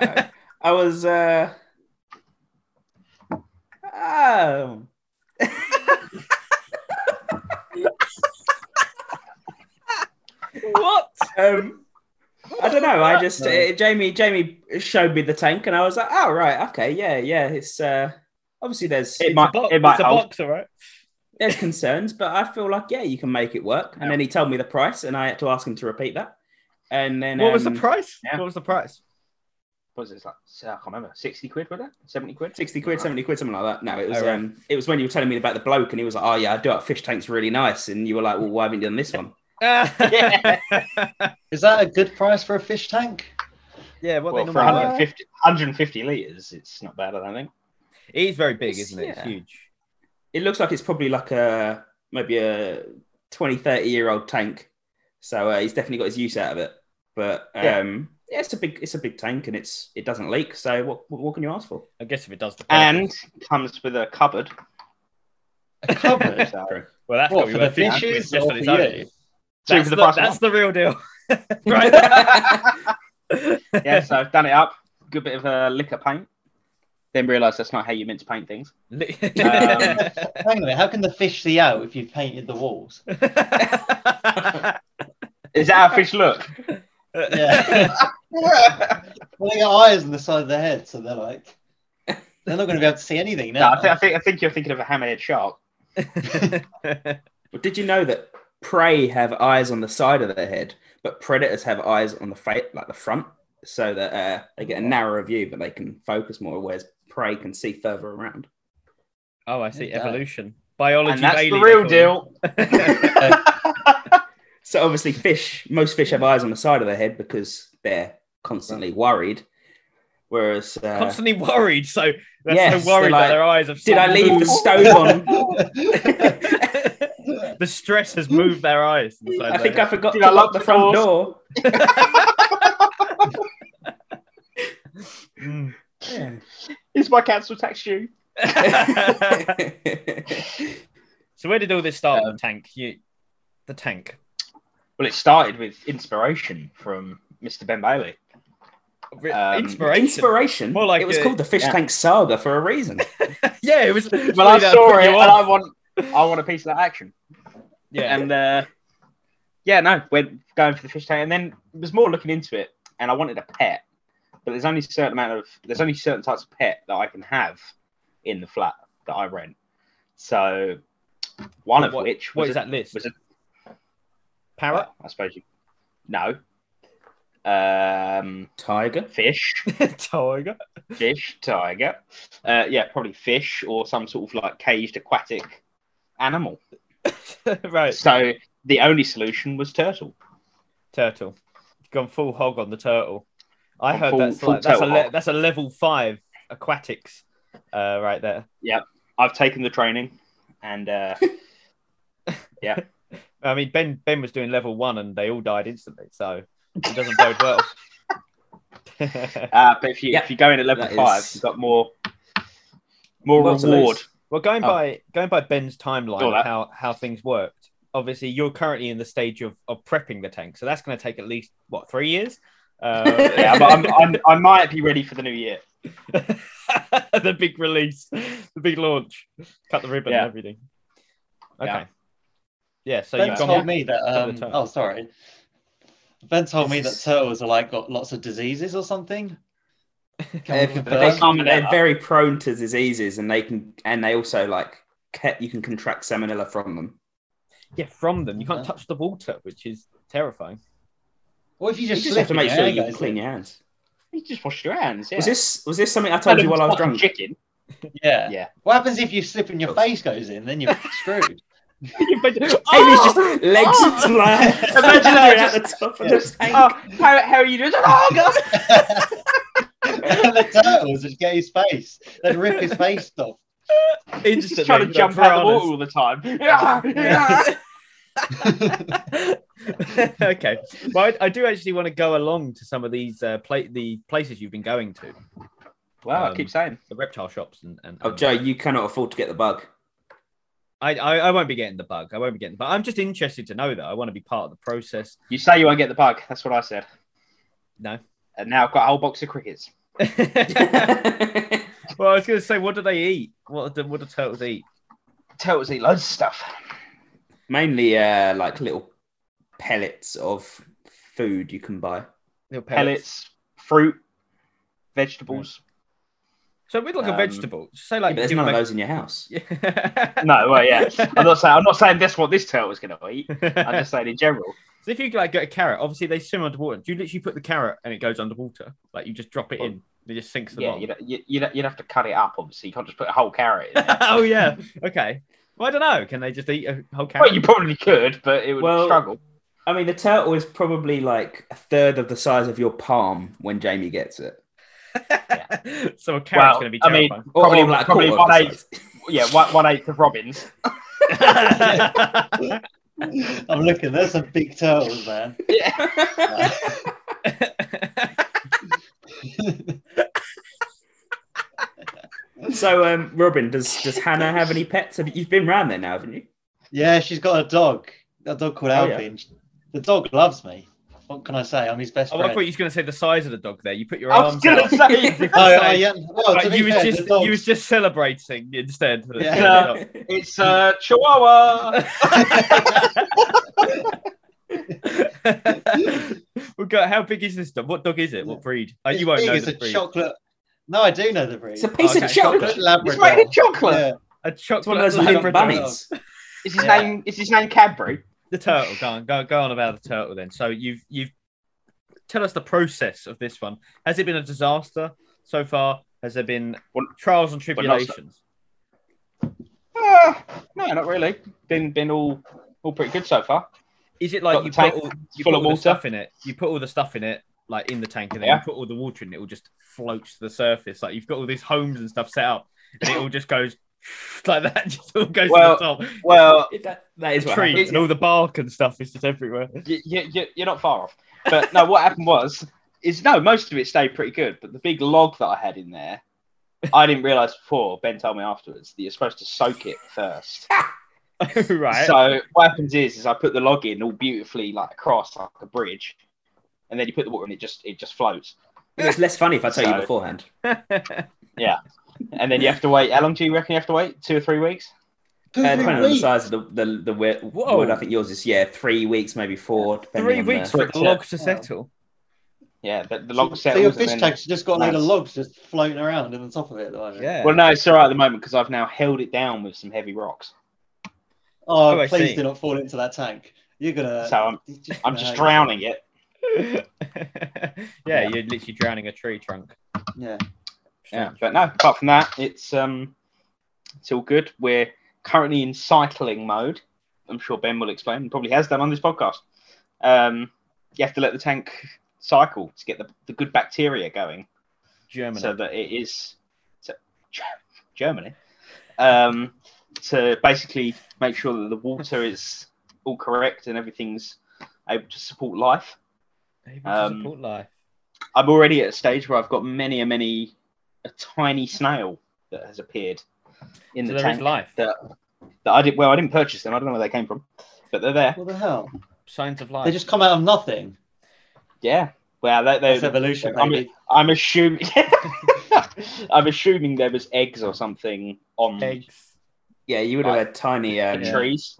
Speaker 6: Uh, I was. Uh... Um... what? Um, I don't know. I just uh, Jamie Jamie showed me the tank, and I was like, "Oh right, okay, yeah, yeah." It's uh, obviously there's
Speaker 5: It might,
Speaker 1: it's a, box,
Speaker 5: it might
Speaker 1: it's a
Speaker 5: hold.
Speaker 1: box, all right.
Speaker 6: there's concerns, but I feel like yeah, you can make it work. And then he told me the price, and I had to ask him to repeat that. And then
Speaker 1: What was the
Speaker 6: um,
Speaker 1: price?
Speaker 5: yeah.
Speaker 1: What was the price?
Speaker 5: What was it like? I can't remember. 60 quid, was it? 70 quid?
Speaker 6: 60 quid, 70 quid, something like that. No, it was
Speaker 1: Oh, right.
Speaker 6: um, it was when you were telling me about the bloke and he was like, Oh yeah, I do up fish tanks really nice. And you were like, Well, why haven't you done this one?
Speaker 1: yeah.
Speaker 7: Is that a good price for a fish tank?
Speaker 1: what
Speaker 5: Well,
Speaker 1: they
Speaker 5: for
Speaker 1: normally work.
Speaker 5: 150, 150 litres, it's not bad, I don't think.
Speaker 1: It is very big, isn't it? It's
Speaker 6: Yeah.
Speaker 1: huge.
Speaker 6: It looks like it's probably like a maybe a 20, 30 year old tank. So uh, he's definitely got his use out of it. But um
Speaker 5: Yeah.
Speaker 6: yeah. it's a big it's a big tank and it's it doesn't leak. So what what, what can you ask for?
Speaker 1: I guess if it does the
Speaker 5: And comes with a cupboard.
Speaker 7: A cupboard?
Speaker 5: So,
Speaker 1: well, that's got to
Speaker 7: what, for
Speaker 1: be
Speaker 7: the
Speaker 1: worth 50 quid
Speaker 7: fishes
Speaker 1: just
Speaker 7: or
Speaker 1: on
Speaker 7: for
Speaker 1: its own.
Speaker 7: you?
Speaker 5: Two
Speaker 1: That's,
Speaker 5: for the
Speaker 1: the,
Speaker 5: price
Speaker 1: that's
Speaker 5: one.
Speaker 1: the real deal. right.
Speaker 5: yeah, so I've done it up. Good bit of a liquor paint. Then realised that's not how you meant to paint things.
Speaker 7: Hang on a minute, how can the fish see out if you've painted the walls?
Speaker 5: Is that how fish look?
Speaker 7: Yeah. well, they got eyes on the side of their head, so they're like, they're not going to be able to see anything
Speaker 5: No,
Speaker 7: now.
Speaker 5: I, thi- I, think, I think you're thinking of a hammerhead shark.
Speaker 6: But did you know that prey have eyes on the side of their head, but predators have eyes on the face, like the front, so that uh, they get a narrower view, but they can focus more. Whereas prey can see further around.
Speaker 1: oh, I see.
Speaker 7: Yeah.
Speaker 1: Evolution. Biology.
Speaker 5: And that's
Speaker 1: Bailey,
Speaker 5: the real
Speaker 1: they
Speaker 5: deal.
Speaker 6: So obviously, fish. Most fish have eyes on the side of their head because they're constantly worried. Whereas,
Speaker 1: call it.
Speaker 6: uh,
Speaker 1: Constantly worried. So they're
Speaker 6: Yes,
Speaker 1: so worried
Speaker 6: they're like,
Speaker 1: that their eyes have.
Speaker 6: did I leave the stove on?
Speaker 1: the stress has moved their eyes. to the side
Speaker 6: I
Speaker 1: of
Speaker 6: think I
Speaker 1: their
Speaker 6: forgot
Speaker 5: Did
Speaker 6: to
Speaker 5: I lock
Speaker 6: lock the
Speaker 5: the
Speaker 6: front
Speaker 5: doors?
Speaker 6: door.
Speaker 1: head.
Speaker 5: Is my council tax due?
Speaker 1: Mm. so where did all this start? the tank. You, the tank.
Speaker 5: Well, it started with inspiration from Mr. Ben Bailey. Um,
Speaker 1: Inspiration.
Speaker 6: Inspiration.
Speaker 1: More like
Speaker 6: it was
Speaker 1: a-
Speaker 6: called the fish
Speaker 5: yeah.
Speaker 6: tank saga for a reason.
Speaker 1: yeah, it was.
Speaker 5: Well, I saw it, and I want, I want a piece of that action.
Speaker 1: Yeah.
Speaker 5: and uh, yeah, no, we're going for the fish tank, and then was more looking into it, and I wanted a pet, but there's only certain amount of there's only certain types of pet that I can have in the flat that I rent. So one of
Speaker 1: What-
Speaker 5: which
Speaker 1: what
Speaker 5: was
Speaker 1: is
Speaker 5: a-
Speaker 1: that list?
Speaker 5: was it-
Speaker 1: Parrot.
Speaker 5: I suppose you no, um,
Speaker 6: Tiger.
Speaker 5: fish,
Speaker 1: Tiger.
Speaker 5: fish, tiger, uh, yeah, probably fish or some sort of like caged aquatic animal.
Speaker 1: right.
Speaker 5: So the only solution was turtle.
Speaker 1: Turtle. Gone full hog on the turtle. I
Speaker 5: Gone
Speaker 1: heard
Speaker 5: full-
Speaker 1: that's
Speaker 5: full
Speaker 1: like, that's a
Speaker 5: turtle
Speaker 1: le-
Speaker 5: hog.
Speaker 1: that's a level five aquatics, uh, right there.
Speaker 5: I've taken the training, and uh,
Speaker 1: I mean, Ben Ben was doing level one and they all died instantly, so it doesn't bode well.
Speaker 5: uh, but if you
Speaker 6: Yeah.
Speaker 5: if you go in at level
Speaker 6: That
Speaker 5: five,
Speaker 6: is-
Speaker 5: you've got more more
Speaker 6: Well to
Speaker 5: reward.
Speaker 6: lose.
Speaker 1: well, going
Speaker 6: Oh.
Speaker 1: by going by Ben's timeline
Speaker 5: Saw
Speaker 1: of
Speaker 5: that.
Speaker 1: how how things worked. Obviously, you're currently in the stage of of prepping the tank, so that's going to take at least what three years Uh,
Speaker 5: Yeah, but I'm, I'm, I might be ready for the new year.
Speaker 1: the big release, the big launch, cut the ribbon
Speaker 5: Yeah.
Speaker 1: and everything. Okay.
Speaker 5: Yeah.
Speaker 1: Yeah, so
Speaker 7: Ben
Speaker 1: you've
Speaker 7: told
Speaker 1: gone.
Speaker 7: me that.
Speaker 1: Cover
Speaker 7: Um,
Speaker 1: the turtle.
Speaker 7: oh, sorry. Ben told me that turtles are like got lots of diseases or something. Can we
Speaker 6: Uh,
Speaker 7: confirm?
Speaker 5: but they can't- Salmonella.
Speaker 6: They're very prone to diseases, and they can, and they also like ca- you can contract salmonella from them.
Speaker 1: Yeah, from them. You can't touch the water, which is terrifying.
Speaker 7: Or if you
Speaker 6: You
Speaker 7: just,
Speaker 6: just have to
Speaker 7: slip
Speaker 6: make
Speaker 7: in
Speaker 6: sure
Speaker 7: your
Speaker 6: you
Speaker 7: hand,
Speaker 6: clean your hands.
Speaker 5: You just wash your hands. Yeah.
Speaker 6: Was this was this something I told you while I was
Speaker 5: Fucking
Speaker 6: drunk?
Speaker 5: Chicken.
Speaker 7: Yeah.
Speaker 5: Yeah.
Speaker 7: What happens if you slip and your face goes in? Then you're screwed.
Speaker 6: Amy's just legs fly-
Speaker 5: Imagine that,
Speaker 6: out the top of the tank.
Speaker 5: Oh, how, how are you doing? Oh god.
Speaker 7: and the turtles would get his face. They'd rip his face off.
Speaker 5: He's just trying to jump out of the water all the time. Yeah, yeah.
Speaker 1: okay. Well, I, I do actually want to go along to some of these uh, pla- the places you've been going to,
Speaker 5: Wow,
Speaker 1: Um,
Speaker 5: I keep saying.
Speaker 1: the reptile shops, and, and
Speaker 6: Oh,
Speaker 1: and-
Speaker 6: Joe, you cannot afford to get the bug.
Speaker 1: I, I I won't be getting the bug. I won't be getting the bug. I'm just interested to know that. I want to be part of the process.
Speaker 5: You say you won't get the bug. That's what I said.
Speaker 1: No.
Speaker 5: And now I've got a whole box of crickets.
Speaker 6: They're
Speaker 1: Well, I was going to say, what do they eat? What do, what do turtles eat?
Speaker 5: Turtles eat loads of stuff.
Speaker 6: mainly uh, like little pellets of food you can buy.
Speaker 1: Little pellets.
Speaker 5: Pellets, fruit, vegetables.
Speaker 1: So we'd like a
Speaker 5: Um,
Speaker 1: vegetable. Say
Speaker 6: Yeah,
Speaker 1: like
Speaker 6: but there's
Speaker 1: you
Speaker 6: none of
Speaker 1: make-
Speaker 6: those in your house.
Speaker 1: Yeah.
Speaker 5: No, well, yeah. I'm not saying I'm not saying that's what this turtle's going to eat. I'm just saying in general.
Speaker 1: so if you like get a carrot, obviously they swim underwater. Do you literally put the carrot and it goes underwater? Like you just drop it in, it just sinks
Speaker 5: Yeah,
Speaker 1: along.
Speaker 5: you'd, you'd, you'd, you'd have to cut it up. Obviously, you can't just put a whole carrot. in there.
Speaker 1: oh yeah. Okay. Well, I don't know. Can they just eat a whole carrot?
Speaker 5: well, you probably could, but it would
Speaker 6: Well-
Speaker 5: struggle.
Speaker 6: I mean, the turtle is probably like a third of the size of your palm when Jamie gets it.
Speaker 1: so a carrot's
Speaker 5: Well,
Speaker 1: going to be
Speaker 5: I mean,
Speaker 1: terrifying.
Speaker 6: Or,
Speaker 5: Probably-
Speaker 6: or like a
Speaker 5: probably
Speaker 6: quarter of the
Speaker 5: one eighth.
Speaker 6: size.
Speaker 5: Yeah, one, one eighth of Robin's.
Speaker 1: Oh,
Speaker 7: I'm looking. There's some big turtles, man. Uh,
Speaker 6: So, um, Robin, does does Hannah have any pets? Have, you've been round there now, haven't you?
Speaker 7: Yeah, she's got a dog. A dog called
Speaker 6: Oh, yeah.
Speaker 7: Alpine. The dog loves me. What can I say? I'm his best
Speaker 1: Oh, I
Speaker 7: friend.
Speaker 1: thought you were going to say the size of the dog. There, you put your
Speaker 5: I was
Speaker 1: arms.
Speaker 5: going
Speaker 1: Out.
Speaker 5: to say
Speaker 7: Oh, oh, yeah. Well,
Speaker 1: Like,
Speaker 7: to be
Speaker 1: you was
Speaker 7: fair,
Speaker 1: just
Speaker 7: the dog-
Speaker 1: you was just celebrating instead.
Speaker 7: Yeah.
Speaker 5: it's uh, Chihuahua.
Speaker 1: We've got how big is this dog? What dog is it? What breed? Oh,
Speaker 7: it's
Speaker 1: you won't
Speaker 7: big,
Speaker 1: know
Speaker 7: it's
Speaker 1: the
Speaker 7: a
Speaker 1: breed.
Speaker 7: chocolate. No, I do know the breed.
Speaker 6: It's a piece
Speaker 1: Okay,
Speaker 6: of chocolate.
Speaker 5: It's
Speaker 7: Labrador.
Speaker 5: made of chocolate.
Speaker 7: Yeah.
Speaker 1: a
Speaker 6: It's one
Speaker 1: chocolate
Speaker 6: of those
Speaker 1: Labrador.
Speaker 6: little bunnies.
Speaker 5: Is his
Speaker 7: Yeah.
Speaker 5: name? Is his name Cadbury?
Speaker 1: The turtle. Go on. Go, go on about the turtle then. So you've you've tell us the process of this one. Has it been a disaster so far? Has there been
Speaker 5: Well-
Speaker 1: trials and
Speaker 5: well, not so-
Speaker 1: tribulations?
Speaker 5: Uh, no, not really. Been been all all pretty good so far.
Speaker 1: Is it
Speaker 5: Got
Speaker 1: like
Speaker 5: the
Speaker 1: you put,
Speaker 5: tank
Speaker 1: all, you
Speaker 5: full
Speaker 1: put
Speaker 5: of
Speaker 1: all the
Speaker 5: water.
Speaker 1: stuff in it? You put all the stuff in it, like in the tank, and then
Speaker 5: Yeah.
Speaker 1: you put all the water in it. It will just float to the surface. Like you've got all these homes and stuff set up, and it all just goes like that. Just all goes to
Speaker 5: Well,
Speaker 1: the top.
Speaker 5: Well,
Speaker 6: That- that is what
Speaker 1: Trees
Speaker 6: happens.
Speaker 1: and all the bark and stuff is just everywhere.
Speaker 5: you, you, you're not far off. But no, what happened was is no, most of it stayed pretty good. But the big log that I had in there, I didn't realise before. Ben told me afterwards that you're supposed to soak it first.
Speaker 1: right.
Speaker 5: So what happens is, is I put the log in all beautifully like across like a bridge, and then you put the water in, it just it just floats.
Speaker 6: It's less funny if I tell you
Speaker 5: So-
Speaker 6: beforehand.
Speaker 5: And then you have to wait. How long do you reckon you have to wait? Two or three weeks?
Speaker 7: Two,
Speaker 6: Uh,
Speaker 7: three
Speaker 6: depending on the
Speaker 7: weeks.
Speaker 6: size of the the, the wood,
Speaker 1: Whoa.
Speaker 6: wood, I think yours is yeah, three weeks, maybe four. Depending
Speaker 1: Three
Speaker 6: on
Speaker 1: weeks
Speaker 6: The...
Speaker 1: for the log to settle.
Speaker 5: Yeah, but the log
Speaker 7: so your
Speaker 5: settles. and
Speaker 7: fish
Speaker 5: then-
Speaker 7: tank's just got a load of
Speaker 5: Nice.
Speaker 7: logs just floating around in the top of it. at the moment.
Speaker 1: Yeah.
Speaker 5: Well, no, it's all right at the moment because I've now held it down with some heavy rocks.
Speaker 7: Oh,
Speaker 1: Oh, I
Speaker 7: please
Speaker 1: see.
Speaker 7: do not fall into that tank. You're gonna.
Speaker 5: So I'm,
Speaker 7: you're just
Speaker 5: I'm
Speaker 7: gonna
Speaker 5: just
Speaker 7: hurt
Speaker 5: drowning it.
Speaker 1: yeah, you're literally drowning a tree trunk.
Speaker 7: yourself. Yeah.
Speaker 5: Yeah, but no, apart from that, it's um, it's all good. We're currently in cycling mode. I'm sure Ben will explain. and Probably has done on this podcast. Um, you have to let the tank cycle to get the, the good bacteria going,
Speaker 1: Germany.
Speaker 5: so that it is so, Germany. Um, to basically make sure that the water is all correct and everything's able to support life.
Speaker 1: Able to
Speaker 5: um,
Speaker 1: support life.
Speaker 5: I'm already at a stage where I've got many, a many, a tiny snail that has appeared in
Speaker 1: So
Speaker 5: the
Speaker 1: there is
Speaker 5: tank
Speaker 1: life.
Speaker 5: that I did. Well, I didn't purchase them. I don't know where they came from, but they're there.
Speaker 7: What the hell?
Speaker 1: Signs of life.
Speaker 7: They just come out of nothing.
Speaker 5: Yeah. Wow, that,
Speaker 7: That's
Speaker 5: that,
Speaker 7: evolution,
Speaker 5: I mean-
Speaker 7: baby.
Speaker 5: I'm assuming. I'm assuming there was eggs or something on
Speaker 2: Eggs.
Speaker 6: Yeah, you would have had tiny
Speaker 5: the
Speaker 6: um,
Speaker 7: Yeah.
Speaker 5: trees.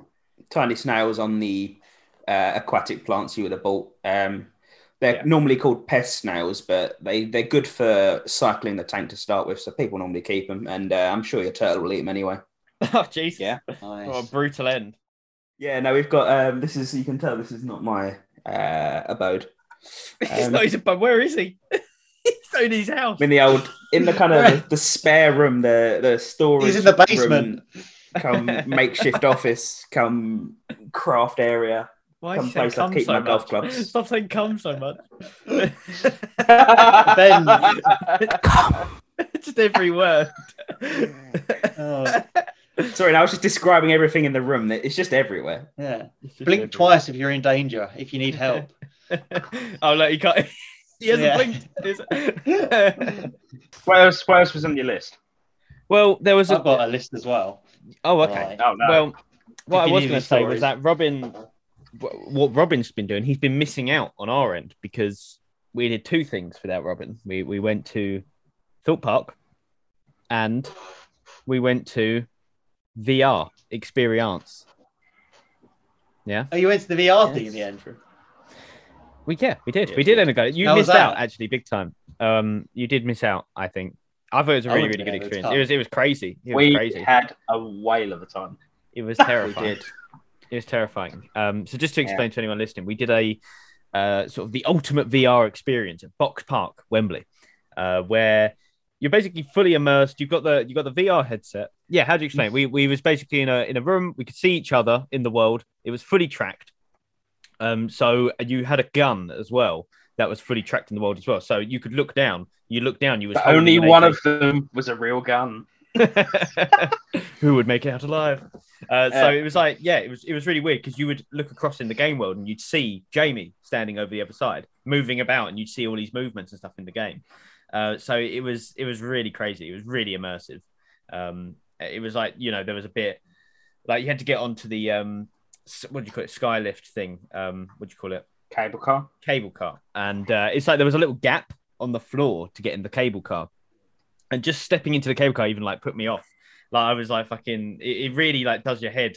Speaker 6: tiny snails on the uh, aquatic plants you would have bought. Um, they're
Speaker 1: Yeah.
Speaker 6: normally called pest snails, but they they're good for cycling the tank to start with. So people normally keep them, and uh, I'm sure your turtle will eat them anyway.
Speaker 2: oh Jesus!
Speaker 5: Yeah.
Speaker 1: Oh,
Speaker 2: What a brutal end.
Speaker 6: Yeah, no, we've got um, this is you can tell this is not my uh, abode.
Speaker 2: He's
Speaker 6: Um,
Speaker 2: not his abode. Where is he? He's not in his house.
Speaker 6: in the old, in the kind of the, the spare room, the the storage.
Speaker 7: He's in the
Speaker 6: room,
Speaker 7: basement.
Speaker 6: come makeshift office, come craft area.
Speaker 2: Why is he saying
Speaker 6: someplace I
Speaker 2: come
Speaker 6: keep
Speaker 2: so
Speaker 6: my
Speaker 2: much?
Speaker 6: golf clubs.
Speaker 2: Stop saying come so much.
Speaker 7: Ben.
Speaker 2: Just every word.
Speaker 7: Oh,
Speaker 6: Sorry, no, I was just describing everything in the room. It's just everywhere.
Speaker 7: yeah. Blink twice if you're in danger, if you need help.
Speaker 2: oh no, he can't. He hasn't
Speaker 7: Yeah.
Speaker 2: blinked. He's-
Speaker 5: What else? What else was on your list?
Speaker 1: Well, there was a.
Speaker 7: I've got a list as well.
Speaker 1: oh, okay.
Speaker 7: Right.
Speaker 5: Oh no.
Speaker 1: Well, what I
Speaker 7: If you
Speaker 1: was going to
Speaker 7: knew these
Speaker 1: say
Speaker 7: stories.
Speaker 1: was that Robin, wh- what Robin's been doing, he's been missing out on our end because we did two things without Robin. We we went to Thorpe Park, and we went to VR Experience.
Speaker 7: Oh, you went to the VR thing in
Speaker 6: Yes.
Speaker 7: the end.
Speaker 1: We yeah, we did.
Speaker 2: Yeah,
Speaker 1: we did end up going. You
Speaker 7: How was
Speaker 1: missed out
Speaker 7: that?
Speaker 1: actually big time. Um, you did miss out. I think. I thought it was a
Speaker 7: I
Speaker 1: really really
Speaker 7: would've been
Speaker 1: good
Speaker 7: able to
Speaker 1: experience.
Speaker 7: come.
Speaker 1: It was it was crazy. It was
Speaker 5: we
Speaker 1: crazy.
Speaker 5: had a whale of a time.
Speaker 1: It was
Speaker 6: We
Speaker 1: terrifying.
Speaker 6: did.
Speaker 1: It was terrifying. Um, so just to
Speaker 5: Yeah.
Speaker 1: explain to anyone listening, we did a uh, sort of the ultimate VR experience at Box Park, Wembley, uh, where you're basically fully immersed. You've got the you've got the VR headset. Yeah, how do you explain? it? we we was basically in a in a room. We could see each other in the world. It was fully tracked. Um, so you had a gun as well that was fully tracked in the world as well. So you could look down. You look down. You was
Speaker 5: But
Speaker 1: holding
Speaker 5: only
Speaker 1: an
Speaker 5: one
Speaker 1: AK.
Speaker 5: of them was a real gun.
Speaker 1: who would make it out alive. Uh, so
Speaker 5: Yeah.
Speaker 1: it was like, yeah, it was it was really weird because you would look across in the game world and you'd see Jamie standing over the other side, moving about, and you'd see all these movements and stuff in the game. Uh, so it was it was really crazy. It was really immersive. Um, it was like you know there was a bit like you had to get onto the um, s- what do you call it skylift thing? Um, what do you call it?
Speaker 5: Cable car.
Speaker 1: cable car, and uh, it's like there was a little gap on the floor to get in the cable car, and just stepping into the cable car even like put me off. Like I was like fucking, it, it really like does your head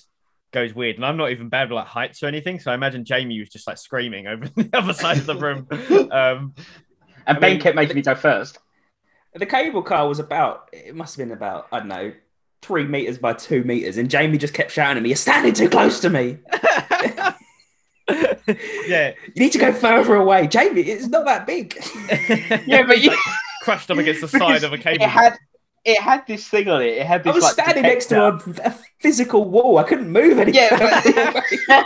Speaker 1: goes weird, and I'm not even bad with like heights or anything, so I imagine Jamie was just like screaming over the other side of the room. Um,
Speaker 5: And
Speaker 1: I
Speaker 5: Ben
Speaker 1: mean-
Speaker 5: kept making me go first.
Speaker 6: The cable car was about, it must have been about, I don't know, three meters by two meters. And Jamie just kept shouting at me, You're standing too close to me.
Speaker 1: yeah,
Speaker 6: You need to go further away. Jamie, it's not that big.
Speaker 5: Yeah, but you,
Speaker 1: crushed up against the
Speaker 5: Because
Speaker 1: side of a
Speaker 5: it
Speaker 1: cable. car.
Speaker 5: had it had this thing on it. It had
Speaker 6: I
Speaker 5: this.
Speaker 6: was
Speaker 5: like,
Speaker 6: standing next to
Speaker 5: detector.
Speaker 6: a, a physical wall. I couldn't move any
Speaker 5: Yeah,
Speaker 6: further
Speaker 5: but-
Speaker 6: away.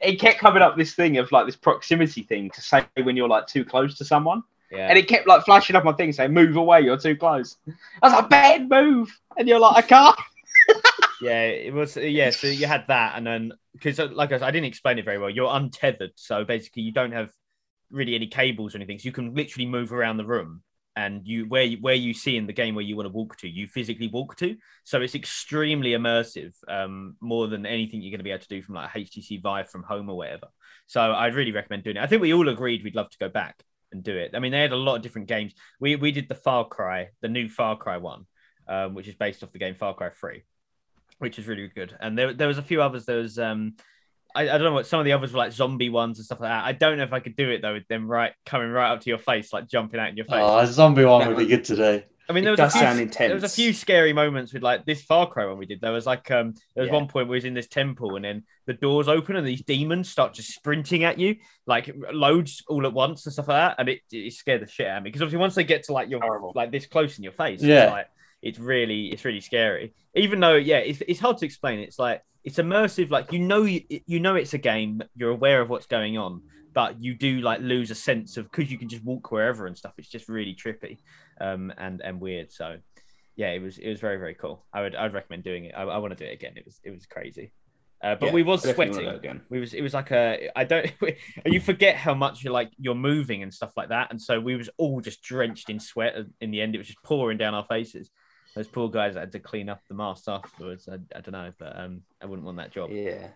Speaker 5: It kept coming up this thing of like this proximity thing to say when you're like too close to someone.
Speaker 1: Yeah.
Speaker 5: And it kept like flashing up my thing saying, Move away, you're too close. I was like, Ben, move. And you're like, I can't.
Speaker 1: Yeah, it was. uh, Yeah, so you had that, and then because, like I, said, I didn't explain it very well. You're untethered, so basically you don't have really any cables or anything. So you can literally move around the room, and you where you, where you see in the game where you want to walk to, you physically walk to. So it's extremely immersive, um, more than anything you're going to be able to do from like HTC Vive from home or whatever. So I'd really recommend doing it. I think we all agreed we'd love to go back and do it. I mean, they had a lot of different games. We we did the Far Cry, the new Far Cry one, um, which is based off the game Far Cry Three which is really good. And there, there was a few others. There was, um, I, I don't know what some of the others were like zombie ones and stuff like that. I don't know if I could do it though. With them right coming right up to your face, like jumping out in your face.
Speaker 7: Oh, a zombie one would be good today.
Speaker 1: I mean,
Speaker 6: It
Speaker 1: there was a
Speaker 6: does
Speaker 1: few,
Speaker 6: sound intense.
Speaker 1: there was a few scary moments with like this Far Cry one we did. There was like um, there was
Speaker 6: Yeah.
Speaker 1: one point where we was in this temple and then the doors open and these demons start just sprinting at you like loads all at once and stuff like that, and it, it scared the shit out of me because obviously once they get to like your
Speaker 5: Horrible.
Speaker 1: like this close in your face,
Speaker 7: Yeah.
Speaker 1: it's like it's really it's really scary. Even though yeah, it's it's hard to explain. It's like it's immersive. Like you know you, you know it's a game. You're aware of what's going on. But you do like lose a sense of because you can just walk wherever and stuff. It's just really trippy, um, and and weird. So yeah, it was it was very very cool. I would I'd recommend doing it. I, I want to do it again. It was it was crazy, uh, but
Speaker 6: Yeah,
Speaker 1: we was
Speaker 6: I definitely wanna
Speaker 1: sweating.
Speaker 6: go again.
Speaker 1: We was it was like a I don't you forget how much you're like you're moving and stuff like that, and so we was all just drenched in sweat. and In the end, it was just pouring down our faces. Those poor guys that had to clean up the masks afterwards. I, I don't know, but um, I wouldn't want that job.
Speaker 6: Yeah.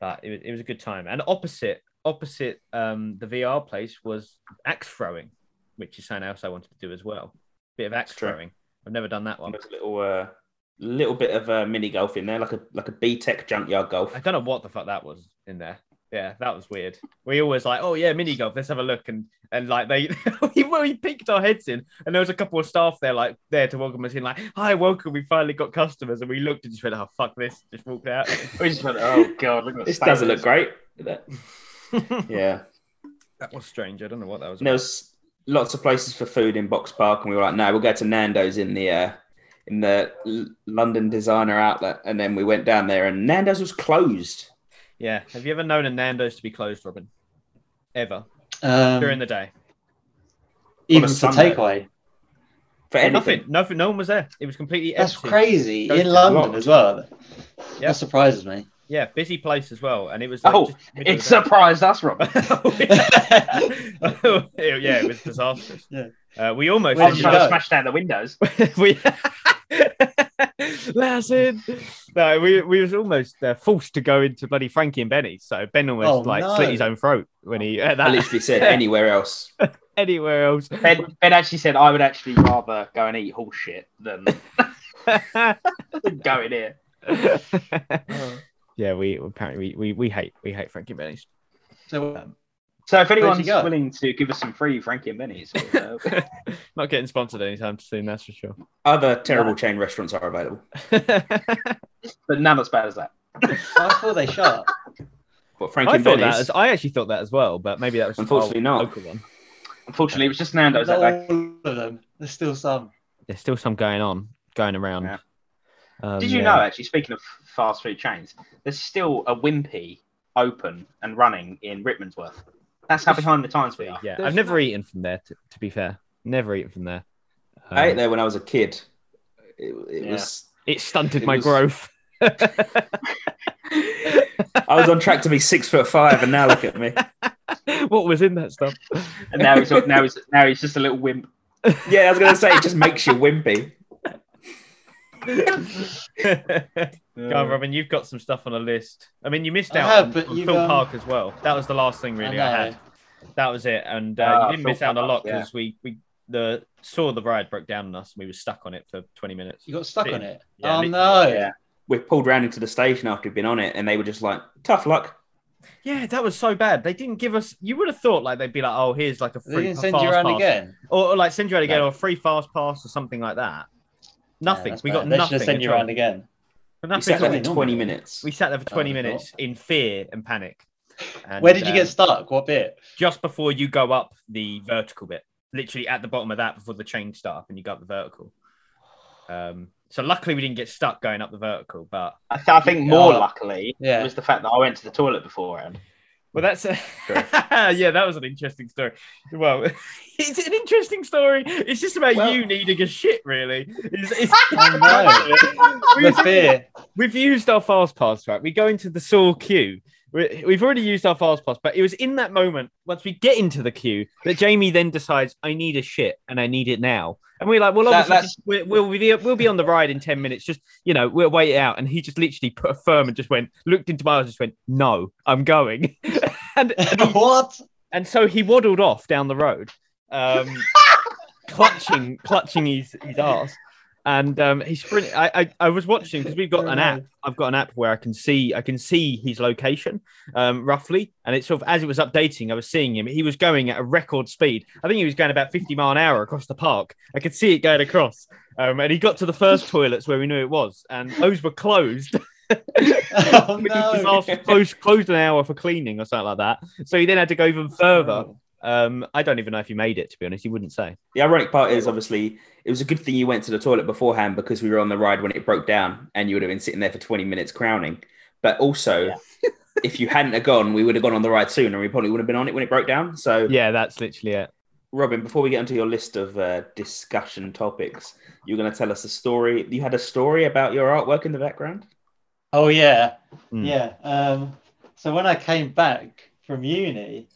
Speaker 1: But it, was- it was a good time. And opposite opposite um, the VR place was axe throwing, which is something else I wanted to do as well. Bit of axe
Speaker 6: True.
Speaker 1: throwing. I've never done that one.
Speaker 6: There's a little, uh, little bit of uh, mini golf in there, like a like a B Tech junkyard golf.
Speaker 1: I don't know what the fuck that was in there. Yeah, that was weird. We always like, oh yeah, mini golf. Let's have a look, and and like they, we, we peeked our heads in, and there was a couple of staff there, like there to welcome us in, like, hi, welcome. We finally got customers, and we looked and just went, oh fuck this, just walked out.
Speaker 5: We just went, oh god, look at
Speaker 6: This doesn't look great. yeah.
Speaker 1: that was strange. I don't know what that was.
Speaker 6: And there was lots of places for food in Box Park, and we were like, no, we'll go to Nando's in the uh, in the L- London designer outlet, and then we went down there, and Nando's was closed.
Speaker 1: Yeah. Have you ever known a Nando's to be closed, Robin? Ever
Speaker 7: Um,
Speaker 1: during the day?
Speaker 7: even
Speaker 6: on a
Speaker 7: for
Speaker 6: Sunday.
Speaker 7: takeaway.
Speaker 6: For anything,
Speaker 1: Nothing. Nothing. No one was there. It was completely
Speaker 7: That's
Speaker 1: empty.
Speaker 7: crazy
Speaker 1: Those
Speaker 7: in
Speaker 1: are
Speaker 7: London
Speaker 6: locked.
Speaker 7: as well.
Speaker 1: Yeah.
Speaker 7: That surprises me.
Speaker 1: Yeah, busy place as well, and it was. Like
Speaker 5: Oh,
Speaker 1: just middle
Speaker 5: it
Speaker 1: of the day.
Speaker 5: surprised us, Rob.
Speaker 1: Oh, yeah, it was disastrous.
Speaker 7: Yeah.
Speaker 1: Uh, we almost
Speaker 5: I
Speaker 7: Where
Speaker 5: was
Speaker 7: did
Speaker 5: trying
Speaker 7: you
Speaker 5: to
Speaker 7: go?
Speaker 5: smash down the windows.
Speaker 1: we that's it. No, we we was almost uh, forced to go into bloody Frankie and Benny. So Ben almost
Speaker 7: Oh,
Speaker 1: like
Speaker 7: no. Oh.
Speaker 1: slit his own throat when he at
Speaker 6: I
Speaker 1: that
Speaker 6: literally said anywhere else.
Speaker 1: anywhere else.
Speaker 5: Ben, ben actually said, I would actually rather go and eat horse shit than go in here.
Speaker 7: Oh.
Speaker 1: yeah, we apparently we, we, we hate we hate Frankie and Benny's.
Speaker 7: So
Speaker 1: Um,
Speaker 5: So if
Speaker 7: you
Speaker 5: anyone's
Speaker 7: go?
Speaker 5: willing to give us some free Frankie and Benny's, uh,
Speaker 1: Not getting sponsored anytime soon, that's for sure.
Speaker 6: Other terrible chain restaurants are available.
Speaker 5: but none as bad as that.
Speaker 7: I thought they shut.
Speaker 6: But Frank
Speaker 1: I
Speaker 6: and
Speaker 1: thought that
Speaker 6: Benny's,
Speaker 1: as, I actually thought that as well, but maybe that was just our
Speaker 6: Unfortunately not.
Speaker 1: local one.
Speaker 5: Unfortunately, it was just Nando's
Speaker 7: Not
Speaker 5: that day.
Speaker 7: all of them. There's still some.
Speaker 1: There's still some going on, going around.
Speaker 5: Yeah.
Speaker 1: Um,
Speaker 5: Did you
Speaker 1: yeah.
Speaker 5: know, actually, speaking of fast food chains, there's still a Wimpy open and running in Rickmansworth. That's how behind the times we are.
Speaker 1: Yeah,
Speaker 7: There's
Speaker 1: I've never eaten from there. To, to be fair, never eaten from there. Um,
Speaker 6: I ate there when I was a kid. It, it
Speaker 5: Yeah.
Speaker 6: was.
Speaker 1: It stunted
Speaker 6: It
Speaker 1: my
Speaker 6: was-
Speaker 1: growth.
Speaker 6: I was on track to be six foot five, and now look at me.
Speaker 1: what was in that stuff?
Speaker 5: And now he's now he's now he's just a little wimp.
Speaker 6: Yeah, I was gonna say it just makes you wimpy.
Speaker 1: Go on, Robin. You've got some stuff on a list. I mean, you missed
Speaker 7: I
Speaker 1: out
Speaker 7: have,
Speaker 1: on,
Speaker 7: but
Speaker 1: on
Speaker 7: you've,
Speaker 1: Phil
Speaker 7: um,
Speaker 1: Park as well. That was the last thing really I,
Speaker 7: know.
Speaker 1: had. That was it, and uh,
Speaker 5: Ah,
Speaker 1: you didn't
Speaker 5: Phil
Speaker 1: miss out on a lot
Speaker 5: Park, yeah.
Speaker 1: because we we the saw the ride broke down on us. and We were stuck on it for twenty minutes.
Speaker 7: You got stuck
Speaker 1: Yeah.
Speaker 7: on it.
Speaker 1: Yeah,
Speaker 7: oh
Speaker 1: literally.
Speaker 7: no.
Speaker 5: Yeah.
Speaker 6: We pulled round into the station after we'd been on it, and they were just like, "Tough luck."
Speaker 1: Yeah, that was so bad. They didn't give us. You would have thought like they'd be like, oh, here's like a
Speaker 7: They
Speaker 1: free
Speaker 7: didn't
Speaker 1: pa-
Speaker 7: send you
Speaker 1: fast
Speaker 7: around
Speaker 1: pass.
Speaker 7: again.
Speaker 1: or, or, like send you out again,
Speaker 6: No.
Speaker 1: or a free fast pass or something like that. Nothing.
Speaker 7: Yeah, that's
Speaker 1: we
Speaker 7: bad.
Speaker 1: got
Speaker 7: They
Speaker 1: nothing.
Speaker 7: should have sent
Speaker 1: at
Speaker 7: you
Speaker 1: all.
Speaker 7: around again.
Speaker 6: We
Speaker 1: Nothing
Speaker 6: sat
Speaker 1: at all.
Speaker 6: there for
Speaker 7: really normal.
Speaker 6: twenty minutes.
Speaker 1: We sat there for
Speaker 7: Oh,
Speaker 1: 20
Speaker 7: God.
Speaker 1: minutes in fear and panic. And,
Speaker 7: Where did you
Speaker 1: uh,
Speaker 7: get stuck? What bit?
Speaker 1: just before you go up the vertical bit? Literally at the bottom of that before the chain start up and you go up the vertical. Um, so luckily we didn't get stuck going up the vertical, but
Speaker 5: I, th- I think more
Speaker 7: Yeah.
Speaker 5: luckily
Speaker 7: Yeah.
Speaker 5: was the fact that I went to the toilet beforehand.
Speaker 1: well, that's a...
Speaker 6: Sure.
Speaker 1: yeah, that was an interesting story. Well, it's an interesting story. It's just about
Speaker 6: Well-
Speaker 1: you needing a shit, really. It's, it's...
Speaker 7: I
Speaker 1: We-
Speaker 7: The fear.
Speaker 1: we've used our fast pass, right? We go into the saw queue. We- We've already used our fast pass, but it was in that moment, once we get into the queue, that Jamie then decides, I need a shit and I need it now. And we're like, well,
Speaker 5: That-
Speaker 1: obviously,
Speaker 5: that's-
Speaker 1: just- we- we'll, be, we'll be on the ride in 10 minutes. Just, you know, we'll wait it out. And he just literally put a firm and just went, looked into my eyes and just went, no, I'm going. and, and, he-
Speaker 7: what?
Speaker 1: and so he waddled off down the road, um, clutching, clutching his, his ass. And um, he sprinted. I, I, I was watching because we've got an app I've got an app where I can see I can see his location um, roughly, and it's sort of as it was updating, I was seeing him. He was going at a record speed. I think he was going about 50 mile an hour across the park. I could see it going across, um, and he got to the first toilets where we knew it was, and those were closed.
Speaker 7: Oh
Speaker 1: Which was
Speaker 7: no.
Speaker 1: disastrous. closed, closed an hour for cleaning or something like that. So he then had to go even further. Um, I don't even know if he made it. To be honest, he wouldn't say.
Speaker 6: The ironic part is obviously it was a good thing you went to the toilet beforehand because we were on the ride when it broke down, and you would have been sitting there for twenty minutes crowning. But also, if you hadn't have gone, we would have gone on the ride sooner, and we probably would have been on it when it broke down. So,
Speaker 1: Yeah, that's literally it.
Speaker 6: Robin, before we get into your list of uh, discussion topics, you're going to tell us a story. You had a story about your artwork in the background.
Speaker 7: Oh yeah,
Speaker 1: Mm.
Speaker 7: yeah. Um, so when I came back from uni,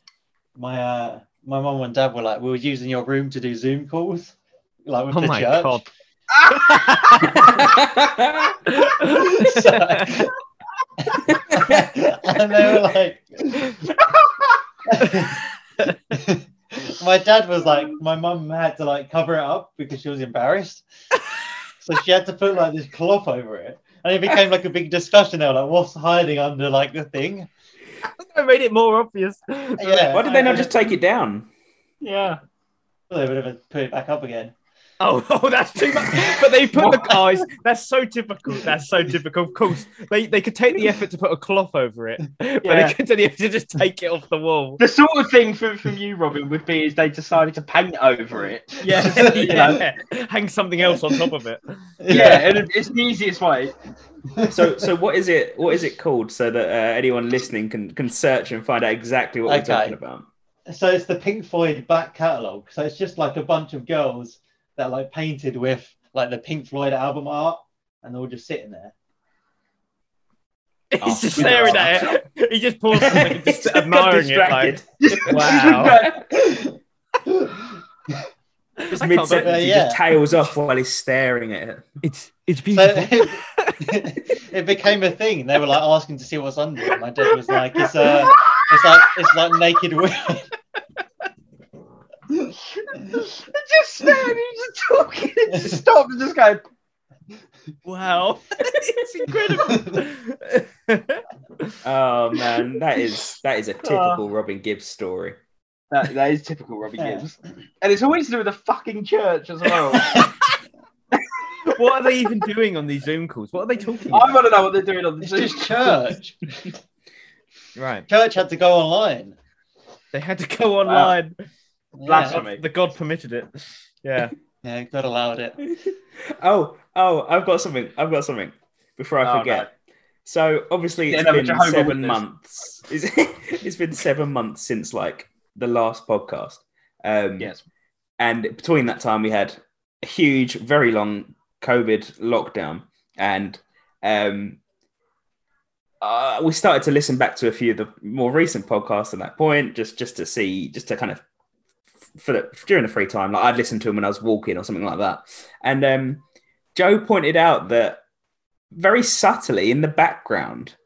Speaker 7: my uh, my mum and dad were like, "We were using your room to do Zoom calls, like with
Speaker 1: Oh
Speaker 7: the
Speaker 1: my
Speaker 7: church."
Speaker 1: god.
Speaker 7: So- and they were like, my dad was like, my mum had to like cover it up because she was embarrassed. so she had to put like this cloth over it. And it became like a big discussion. They were like, what's hiding under like the thing?
Speaker 1: I made it more obvious.
Speaker 7: Yeah.
Speaker 6: Why did they not just take it down?
Speaker 1: Yeah.
Speaker 7: They would have put it back up again.
Speaker 1: Oh, oh, that's too much. But they put the eyes. That's so typical. That's so typical. Of course, they, they could take the effort to put a cloth over it, but
Speaker 5: Yeah.
Speaker 1: they could take the effort to just take it off the wall.
Speaker 5: The sort of thing from, from you, Robin, would be is they decided to paint over it.
Speaker 1: Yeah, yeah. Hang something else on top of it.
Speaker 5: Yeah, and it's the easiest way.
Speaker 6: So, so what is it? What is it called? So that uh, anyone listening can can search and find out exactly what
Speaker 7: Okay.
Speaker 6: we're talking about.
Speaker 7: So it's the Pink Floyd back catalogue. So it's just like a bunch of girls that are, like painted with like the Pink Floyd album art and they're all just sitting there.
Speaker 1: He's
Speaker 6: Oh,
Speaker 1: just
Speaker 6: yeah.
Speaker 1: staring at it. He just pauses and just admiring it. Like, wow.
Speaker 5: But
Speaker 6: Just
Speaker 1: I
Speaker 6: mid
Speaker 1: can't believe-
Speaker 6: sentence, he
Speaker 7: Yeah.
Speaker 6: just tails off while he's staring at it.
Speaker 1: It's it's
Speaker 7: So
Speaker 1: beautiful.
Speaker 7: it, it became a thing. They were like asking to see what's under it. My dad was like, it's uh, it's like it's like naked women.
Speaker 5: just staring, just talking, just stop and just go.
Speaker 1: Wow, it's incredible.
Speaker 6: Oh man, that is that is a typical Robin Gibbs story.
Speaker 5: That, that is typical Robbie
Speaker 7: Yeah.
Speaker 5: Gibbs, and it's always to do with the fucking church as well.
Speaker 1: what are they even doing on these Zoom calls? What are they talking
Speaker 5: I
Speaker 1: about?
Speaker 5: want to know what they're doing on the
Speaker 7: It's
Speaker 5: Zoom.
Speaker 7: just church.
Speaker 1: Right.
Speaker 7: Church had to go online.
Speaker 1: They had to go online.
Speaker 7: Yeah,
Speaker 5: Blasphemy.
Speaker 1: The God permitted it. Yeah.
Speaker 7: yeah God allowed it.
Speaker 6: Oh, oh, I've got something. I've got something. Before I
Speaker 5: Oh,
Speaker 6: forget. So obviously
Speaker 5: Yeah,
Speaker 6: it's
Speaker 5: no,
Speaker 6: been
Speaker 5: Jehovah
Speaker 6: seven
Speaker 5: Witness.
Speaker 6: months. It's, it's been seven months since like the last podcast. Um,
Speaker 5: Yes.
Speaker 6: And between that time, we had a huge, very long COVID lockdown, and um, uh, we started to listen back to a few of the more recent podcasts at that point, just just to see, just to kind of for the, during the free time, like I'd listen to them when I was walking or something like that. And um, Joe pointed out that very subtly in the background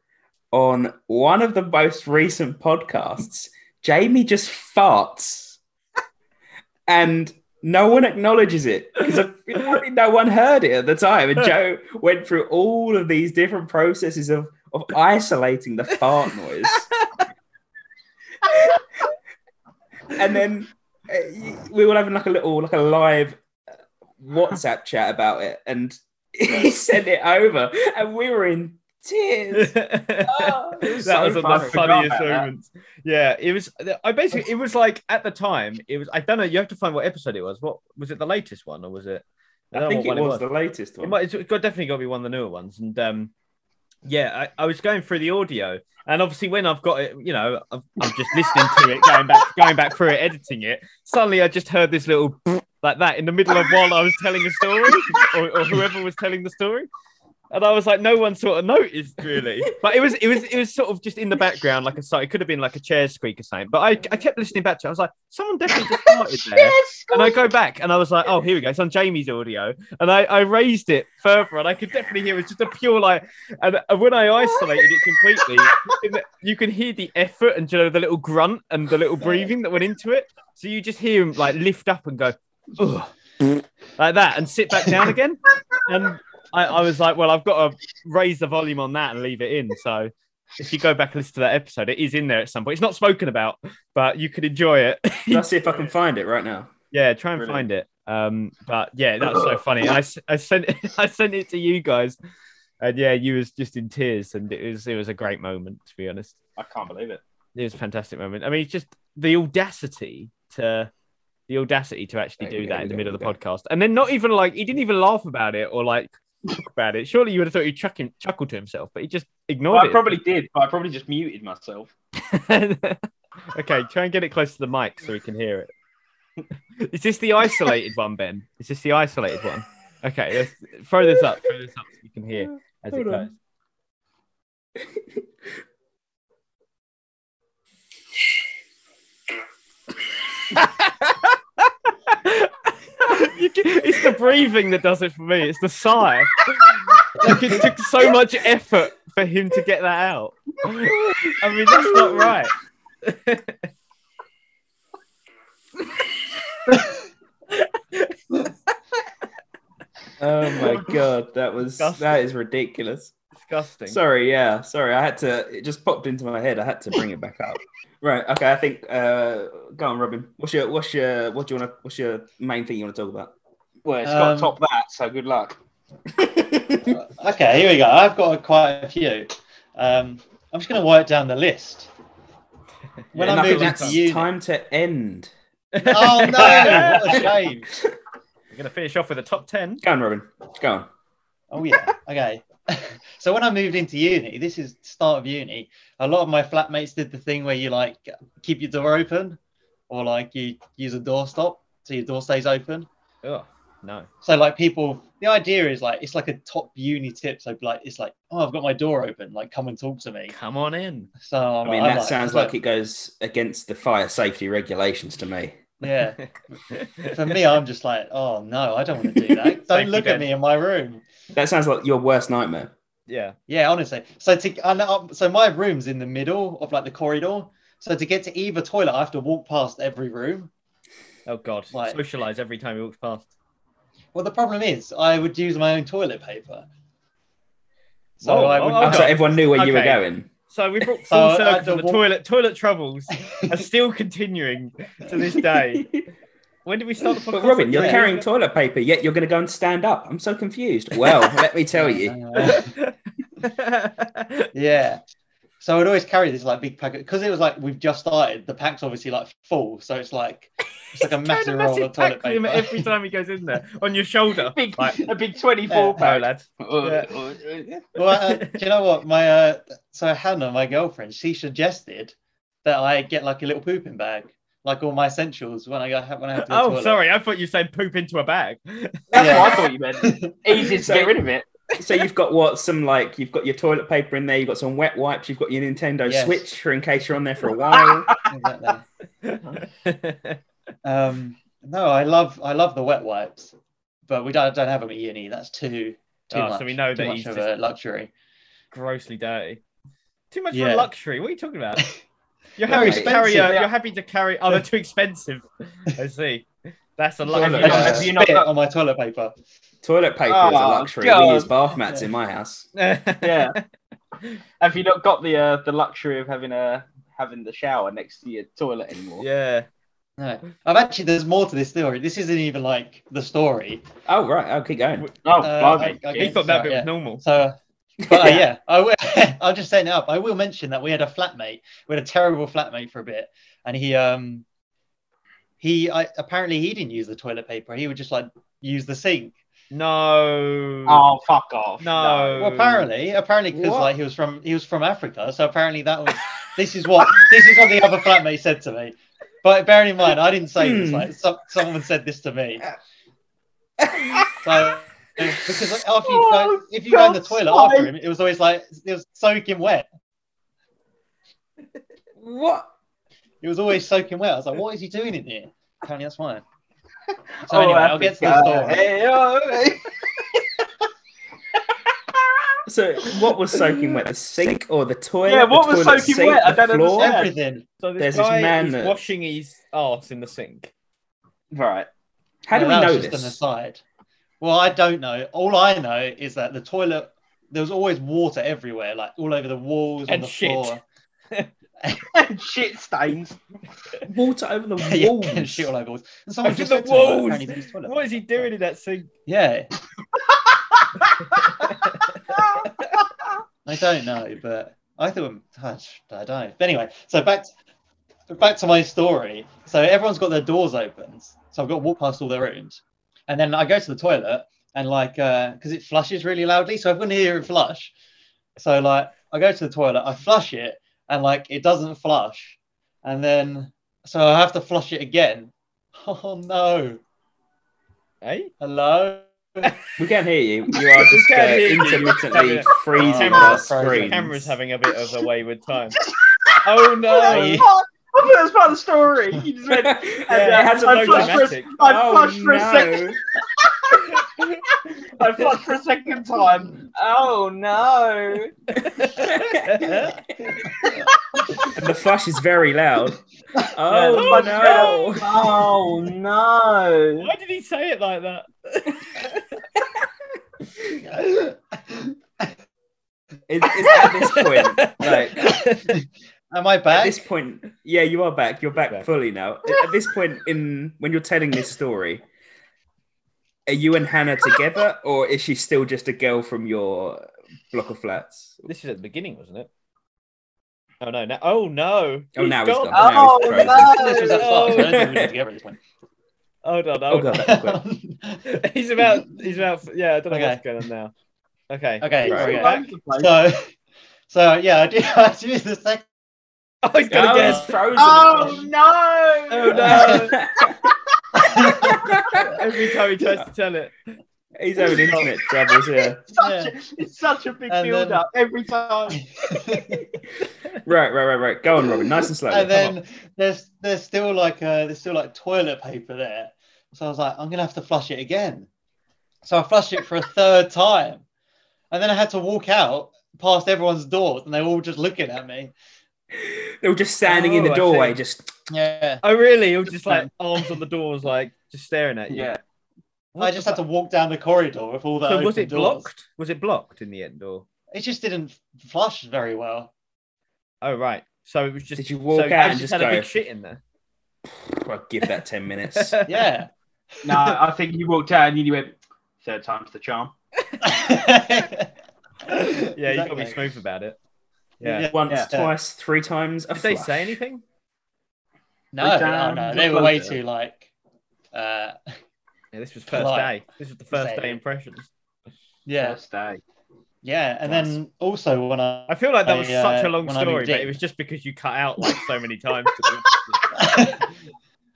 Speaker 6: on one of the most recent podcasts, Jamie just farts and no one acknowledges it because apparently no one heard it at the time. And Joe went through all of these different processes of, of isolating the fart noise. and then uh, y- we were having like a little, like a live uh, WhatsApp chat about it. And he sent it over, and we were in tears. Oh, it
Speaker 1: that
Speaker 6: was so
Speaker 1: was one
Speaker 6: funny.
Speaker 1: of the funniest
Speaker 5: Forgot about that.
Speaker 1: moments. Yeah, it was. I basically, it was like at the time, it was. I don't know. You have to find what episode it was. What was it? The latest one, or was it?
Speaker 6: I
Speaker 1: don't know
Speaker 6: think
Speaker 1: what
Speaker 6: it
Speaker 1: one
Speaker 6: was the latest one.
Speaker 1: It might, it's got, definitely got to be one of the newer ones. And um, yeah, I, I was going through the audio, and obviously when I've got it, you know, I've, I'm just listening to it, going back, going back through it, editing it. Suddenly, I just heard this little like that in the middle of while I was telling a story, or, or whoever was telling the story. And I was like, no one sort of noticed really, but it was it was it was sort of just in the background, like a so it could have been like a chair squeak or something. But I, I kept listening back to it. I was like, someone definitely just started there. And I go back and I was like, oh, here we go. It's on Jamie's audio. And I, I raised it further and I could definitely hear it's just a pure like. And, and when I isolated it completely, in the- you can hear the effort and you know, the little grunt and the little breathing that went into it. So you just hear him like lift up and go, Ugh, like that and sit back down again. And I, I was like, well, I've got to raise the volume on that and leave it in. So if you go back and listen to that episode, it is in there at some point. It's not spoken about, but you could enjoy it.
Speaker 6: Let's see if I can find it right now.
Speaker 1: Yeah, try and
Speaker 5: Brilliant.
Speaker 1: find it. Um, but yeah, that's so funny. And I, s- I sent I sent it to you guys, and yeah, you was just in tears, and it was it was a great moment to be honest.
Speaker 5: I can't believe it.
Speaker 1: It was a fantastic moment. I mean, it's just the audacity to the audacity to actually
Speaker 6: There we
Speaker 1: do
Speaker 6: go,
Speaker 1: that in the
Speaker 6: there
Speaker 1: middle of
Speaker 6: we
Speaker 1: the podcast, and then not even like he didn't even laugh about it or like talk about it. Surely you would have thought he'd chuck him, chuckle to himself, but he just ignored
Speaker 5: I
Speaker 1: it.
Speaker 5: probably did, but I probably just muted myself.
Speaker 1: okay, try and get it close to the mic so we can hear it. Is this the isolated one, Ben? Is this the isolated one? Okay, let's throw this up. Throw this up so you can hear as it
Speaker 6: Hold
Speaker 1: goes.
Speaker 6: on.
Speaker 1: You can- it's the breathing that does it for me. It's the sigh. like it took so much effort for him to get that out. I mean, that's not right.
Speaker 6: Oh my god, that was that is ridiculous.
Speaker 1: Disgusting.
Speaker 6: Sorry, yeah, sorry. I had to. It just popped into my head. I had to bring it back up. right. Okay. I think. Uh, go on, Robin. What's your what's your what do you want to what's your main thing you want to talk about?
Speaker 5: Well, it's got
Speaker 7: Um,
Speaker 5: to top that, so good luck.
Speaker 7: okay, here we go. I've got quite a few. Um, I'm just going to work down the list. When
Speaker 6: And
Speaker 7: I
Speaker 6: think
Speaker 7: moved into
Speaker 6: that's
Speaker 7: uni.
Speaker 6: time to end.
Speaker 7: Oh no! What a shame.
Speaker 1: We're going to finish off with a top 10.
Speaker 6: Go on, Robin. Go on.
Speaker 7: Oh yeah. Okay. so when I moved into uni, this is start of uni. A lot of my flatmates did the thing where you like keep your door open, or like you use a doorstop so your door stays open.
Speaker 1: Oh, no.
Speaker 7: So like people, the idea is like it's like a top uni tip. So like it's like oh I've got my door open, like come and talk to me.
Speaker 1: Come on in.
Speaker 7: So I'm,
Speaker 6: I mean,
Speaker 7: I'm
Speaker 6: that sounds
Speaker 7: it's
Speaker 6: like it goes against the fire safety regulations to me.
Speaker 7: yeah. For me, I'm just like oh no, I don't want to do that.
Speaker 1: Safety
Speaker 7: Don't look
Speaker 1: bed.
Speaker 7: at me in my room.
Speaker 6: That sounds like your worst nightmare.
Speaker 1: Yeah.
Speaker 7: Yeah, honestly. So to and uh, so my room's in the middle of like the corridor. So to get to either toilet, I have to walk past every room.
Speaker 1: Oh, God.
Speaker 7: Like-
Speaker 1: Socialize every time he walks past.
Speaker 7: Well, the problem is, I would use my own toilet paper. So
Speaker 1: Whoa,
Speaker 7: I would.
Speaker 1: oh,
Speaker 6: Oh,
Speaker 1: okay.
Speaker 6: so everyone knew where you were
Speaker 1: Okay.
Speaker 6: going.
Speaker 1: So we brought
Speaker 7: So,
Speaker 1: full
Speaker 7: Oh, I
Speaker 1: circle.
Speaker 7: don't
Speaker 1: The
Speaker 7: want-
Speaker 1: toilet, toilet troubles are still continuing to this day. When did we start the podcast?
Speaker 6: But Robin, you're
Speaker 7: Yeah.
Speaker 6: carrying toilet paper, yet you're going to go and stand up. I'm so confused. Well, let me tell you.
Speaker 7: Uh, yeah. So I'd always carry this like big packet because it was like we've just started. The pack's obviously like full, so it's like it's like a massive roll of toilet
Speaker 1: tackling him
Speaker 7: paper.
Speaker 1: every time he goes in there on your shoulder.
Speaker 5: Big,
Speaker 1: Right.
Speaker 5: a big 24
Speaker 1: No,
Speaker 5: pack.
Speaker 1: lad.
Speaker 7: well, uh, do you know what? My uh, so Hannah, my girlfriend, she suggested that I get like a little pooping bag, like all my essentials when I go when I have to. Go to the
Speaker 1: Oh,
Speaker 7: toilet.
Speaker 1: sorry. I thought you said poop into a bag.
Speaker 5: That's
Speaker 7: Yeah.
Speaker 5: what I thought you meant. Easy to get rid of it.
Speaker 6: So you've got what? Some like you've got your toilet paper in there. You've got some wet wipes. You've got your Nintendo
Speaker 7: Yes.
Speaker 6: Switch for in case you're on there for a while.
Speaker 7: Exactly. Um, no, I love I love the wet wipes, but we don't don't have them at uni. That's too too
Speaker 1: Oh, so
Speaker 7: much.
Speaker 1: we know
Speaker 7: too
Speaker 1: that
Speaker 7: much
Speaker 1: he's
Speaker 7: of
Speaker 1: just-
Speaker 7: a luxury.
Speaker 1: Grossly dirty. Too much
Speaker 7: Yeah.
Speaker 1: for luxury. What are you talking about? You're
Speaker 7: They're
Speaker 1: happy to carry.
Speaker 7: expensive.
Speaker 1: A, you're happy to carry. Oh, they're too expensive. I see. That's a luxury.
Speaker 5: Toilet
Speaker 7: I
Speaker 5: paper.
Speaker 7: just
Speaker 5: have
Speaker 7: spit
Speaker 5: you not got-
Speaker 7: on my toilet paper.
Speaker 6: toilet paper is a
Speaker 5: Oh,
Speaker 6: luxury. We
Speaker 5: God.
Speaker 6: use bath mats in my house.
Speaker 5: Yeah. Have you not got the uh, the luxury of having a having the shower next to your toilet anymore?
Speaker 1: yeah.
Speaker 7: No, I've actually there's more to this story. This isn't even like the story.
Speaker 6: Oh right. Oh, keep going.
Speaker 5: Oh,
Speaker 7: Uh,
Speaker 5: blimey.
Speaker 7: I- I
Speaker 1: He
Speaker 7: guess-
Speaker 5: Yeah.
Speaker 1: thought that
Speaker 7: Sorry,
Speaker 1: bit
Speaker 7: yeah.
Speaker 1: was normal.
Speaker 7: So, but uh, yeah, I will, I'll just say it up. I will mention that we had a flatmate. We had a terrible flatmate for a bit, and he um he I, apparently he didn't use the toilet paper. He would just like use the sink.
Speaker 1: No.
Speaker 5: Oh, fuck off.
Speaker 1: no.
Speaker 7: Well, apparently, apparently, because
Speaker 6: What?
Speaker 7: like he was from he was from Africa, so apparently that was this is what this is what the other flatmate said to me. But bearing in mind, I didn't say this.
Speaker 6: Hmm.
Speaker 7: Like some, someone said this to me. So because after you go,
Speaker 5: Oh,
Speaker 7: if you go in the
Speaker 5: God's
Speaker 7: toilet
Speaker 5: sake.
Speaker 7: after him, it was always like it was soaking wet.
Speaker 6: What?
Speaker 7: It was always soaking wet. I was like, what is he doing in here? Apparently that's why.
Speaker 5: No.
Speaker 1: Oh,
Speaker 7: So anyway, I'll get to the
Speaker 5: Africa.
Speaker 7: story.
Speaker 5: Hey, oh,
Speaker 6: So what was soaking wet? The sink or the toilet?
Speaker 5: Yeah, what
Speaker 6: the
Speaker 5: was
Speaker 6: toilet
Speaker 5: soaking
Speaker 6: seat,
Speaker 5: wet? I
Speaker 6: the
Speaker 5: don't
Speaker 6: floor?
Speaker 5: understand.
Speaker 7: Everything.
Speaker 1: So this
Speaker 6: There's this
Speaker 1: guy
Speaker 6: man
Speaker 1: is
Speaker 6: that-
Speaker 1: washing his arse in the sink.
Speaker 5: Right.
Speaker 6: How
Speaker 7: No,
Speaker 6: do we
Speaker 7: that
Speaker 6: know
Speaker 7: was just An
Speaker 6: this?
Speaker 7: aside. Well, I don't know. All I know is that the toilet there was always water everywhere, like all over the walls on
Speaker 1: And
Speaker 7: the
Speaker 1: shit.
Speaker 7: floor.
Speaker 5: Shit stains.
Speaker 6: Water over the
Speaker 7: yeah,
Speaker 6: walls.
Speaker 7: and shit all over the walls. And someone
Speaker 1: Over
Speaker 7: just
Speaker 1: the
Speaker 7: said to me, like,
Speaker 1: walls!
Speaker 7: apparently there's a toilet.
Speaker 1: What is he doing in that sink?
Speaker 7: Yeah. I don't know, but I thought I don't know. But anyway, so back to, back to my story. So everyone's got their doors open, so I've got to walk past all their rooms, and then I go to the toilet and like because it flushes really loudly, so everyone hear it flush. So like I go to the toilet, I flush it, and like it doesn't flush, and then so I have to flush it again. Oh no!
Speaker 1: Hey,
Speaker 7: Hello.
Speaker 6: We can't hear you. You are just
Speaker 1: can't
Speaker 6: uh,
Speaker 1: hear you.
Speaker 6: intermittently
Speaker 1: Camera-
Speaker 6: freezing
Speaker 7: camera-
Speaker 1: the
Speaker 6: our screen.
Speaker 1: camera's having a bit of a way with time. Oh no!
Speaker 7: Hey.
Speaker 5: Oh, I thought that was part of the story. You just went,
Speaker 1: Yeah, it
Speaker 5: I
Speaker 1: has a low
Speaker 5: flushed for a-
Speaker 1: dramatic.
Speaker 5: I flushed for a second.
Speaker 6: no.
Speaker 5: I flushed for a second time. Oh no!
Speaker 6: And the flush is very loud. Oh
Speaker 1: Yeah, the
Speaker 6: no!
Speaker 5: Oh no!
Speaker 1: Why did he say it like that?
Speaker 6: It's, it's at this point, like
Speaker 7: Am I
Speaker 6: at
Speaker 7: back?
Speaker 6: this point, yeah, you are back. You're back,
Speaker 1: Back.
Speaker 6: fully now. At- At this point in when you're telling this story, are you and Hannah together, or is she still just a girl from your block of flats?
Speaker 1: This is at the beginning, wasn't it? Oh no! Now, oh no!
Speaker 6: Oh, now he's
Speaker 1: gone.
Speaker 6: gone. Now he's
Speaker 5: Oh,
Speaker 6: frozen.
Speaker 5: no.
Speaker 7: This was at five, so I don't think we need to get rid of this one.
Speaker 1: Hold on!
Speaker 6: Oh
Speaker 1: Hold on.
Speaker 6: god. oh, god.
Speaker 1: he's about. He's about. Yeah, I don't know
Speaker 7: Okay.
Speaker 1: what's going on now. Okay.
Speaker 7: Okay,
Speaker 6: Right.
Speaker 7: sorry, yeah.
Speaker 1: Back.
Speaker 7: so so yeah, I do I do the second.
Speaker 1: Oh, he's gonna
Speaker 6: Oh,
Speaker 1: guess.
Speaker 6: it's frozen.
Speaker 5: Oh no!
Speaker 1: Oh no! Every time he tries to tell it.
Speaker 6: He's having internet troubles here.
Speaker 5: Such a, it's such a big
Speaker 7: And
Speaker 5: build
Speaker 7: then-
Speaker 5: up every time.
Speaker 6: Right, right, right, right. Go on, Robin. Nice and slow.
Speaker 7: and
Speaker 6: Come on.
Speaker 7: then there's there's still like uh there's still like toilet paper there. So I was like, I'm gonna have to flush it again. So I flushed it for a third time, and then I had to walk out past everyone's doors, and they were all just looking at me.
Speaker 6: they were just standing in
Speaker 1: Oh,
Speaker 6: the
Speaker 1: I see.
Speaker 6: doorway, just
Speaker 7: Yeah,
Speaker 1: Oh really? He was just like arms on the doors, like just staring at you.
Speaker 5: Yeah.
Speaker 1: What
Speaker 7: I
Speaker 1: the
Speaker 7: just had to
Speaker 1: fuck?
Speaker 7: walk down the corridor with all that.
Speaker 1: So was
Speaker 7: open
Speaker 1: it
Speaker 7: doors.
Speaker 1: blocked? Was it blocked in the end, or?
Speaker 7: It just didn't flush very well.
Speaker 1: Oh right. So it was just.
Speaker 6: Did you walk
Speaker 1: so
Speaker 6: out
Speaker 1: you
Speaker 6: and
Speaker 1: just
Speaker 6: just
Speaker 1: had a
Speaker 6: go?
Speaker 1: big shit in there?
Speaker 6: well, give that ten minutes.
Speaker 7: Yeah.
Speaker 5: No, I think you walked out and you went, third time's the charm.
Speaker 7: yeah,
Speaker 1: yeah, you got to be smooth about it. Yeah.
Speaker 6: Once,
Speaker 7: Yeah.
Speaker 6: twice, three times. A
Speaker 1: Did they
Speaker 6: flush.
Speaker 1: say anything?
Speaker 7: No, no,
Speaker 5: Down,
Speaker 7: no, they were way too like. Uh,
Speaker 1: Yeah, this was first
Speaker 7: Polite.
Speaker 1: day. This was the first day
Speaker 7: Say.
Speaker 1: impressions.
Speaker 7: yeah,
Speaker 5: First day.
Speaker 7: yeah, and then also when I
Speaker 1: I feel like that was
Speaker 7: I, uh,
Speaker 1: such a long
Speaker 7: when I'm in
Speaker 1: story, but
Speaker 7: debt.
Speaker 1: it was just because you cut out like so many times.
Speaker 7: I'm
Speaker 1: That's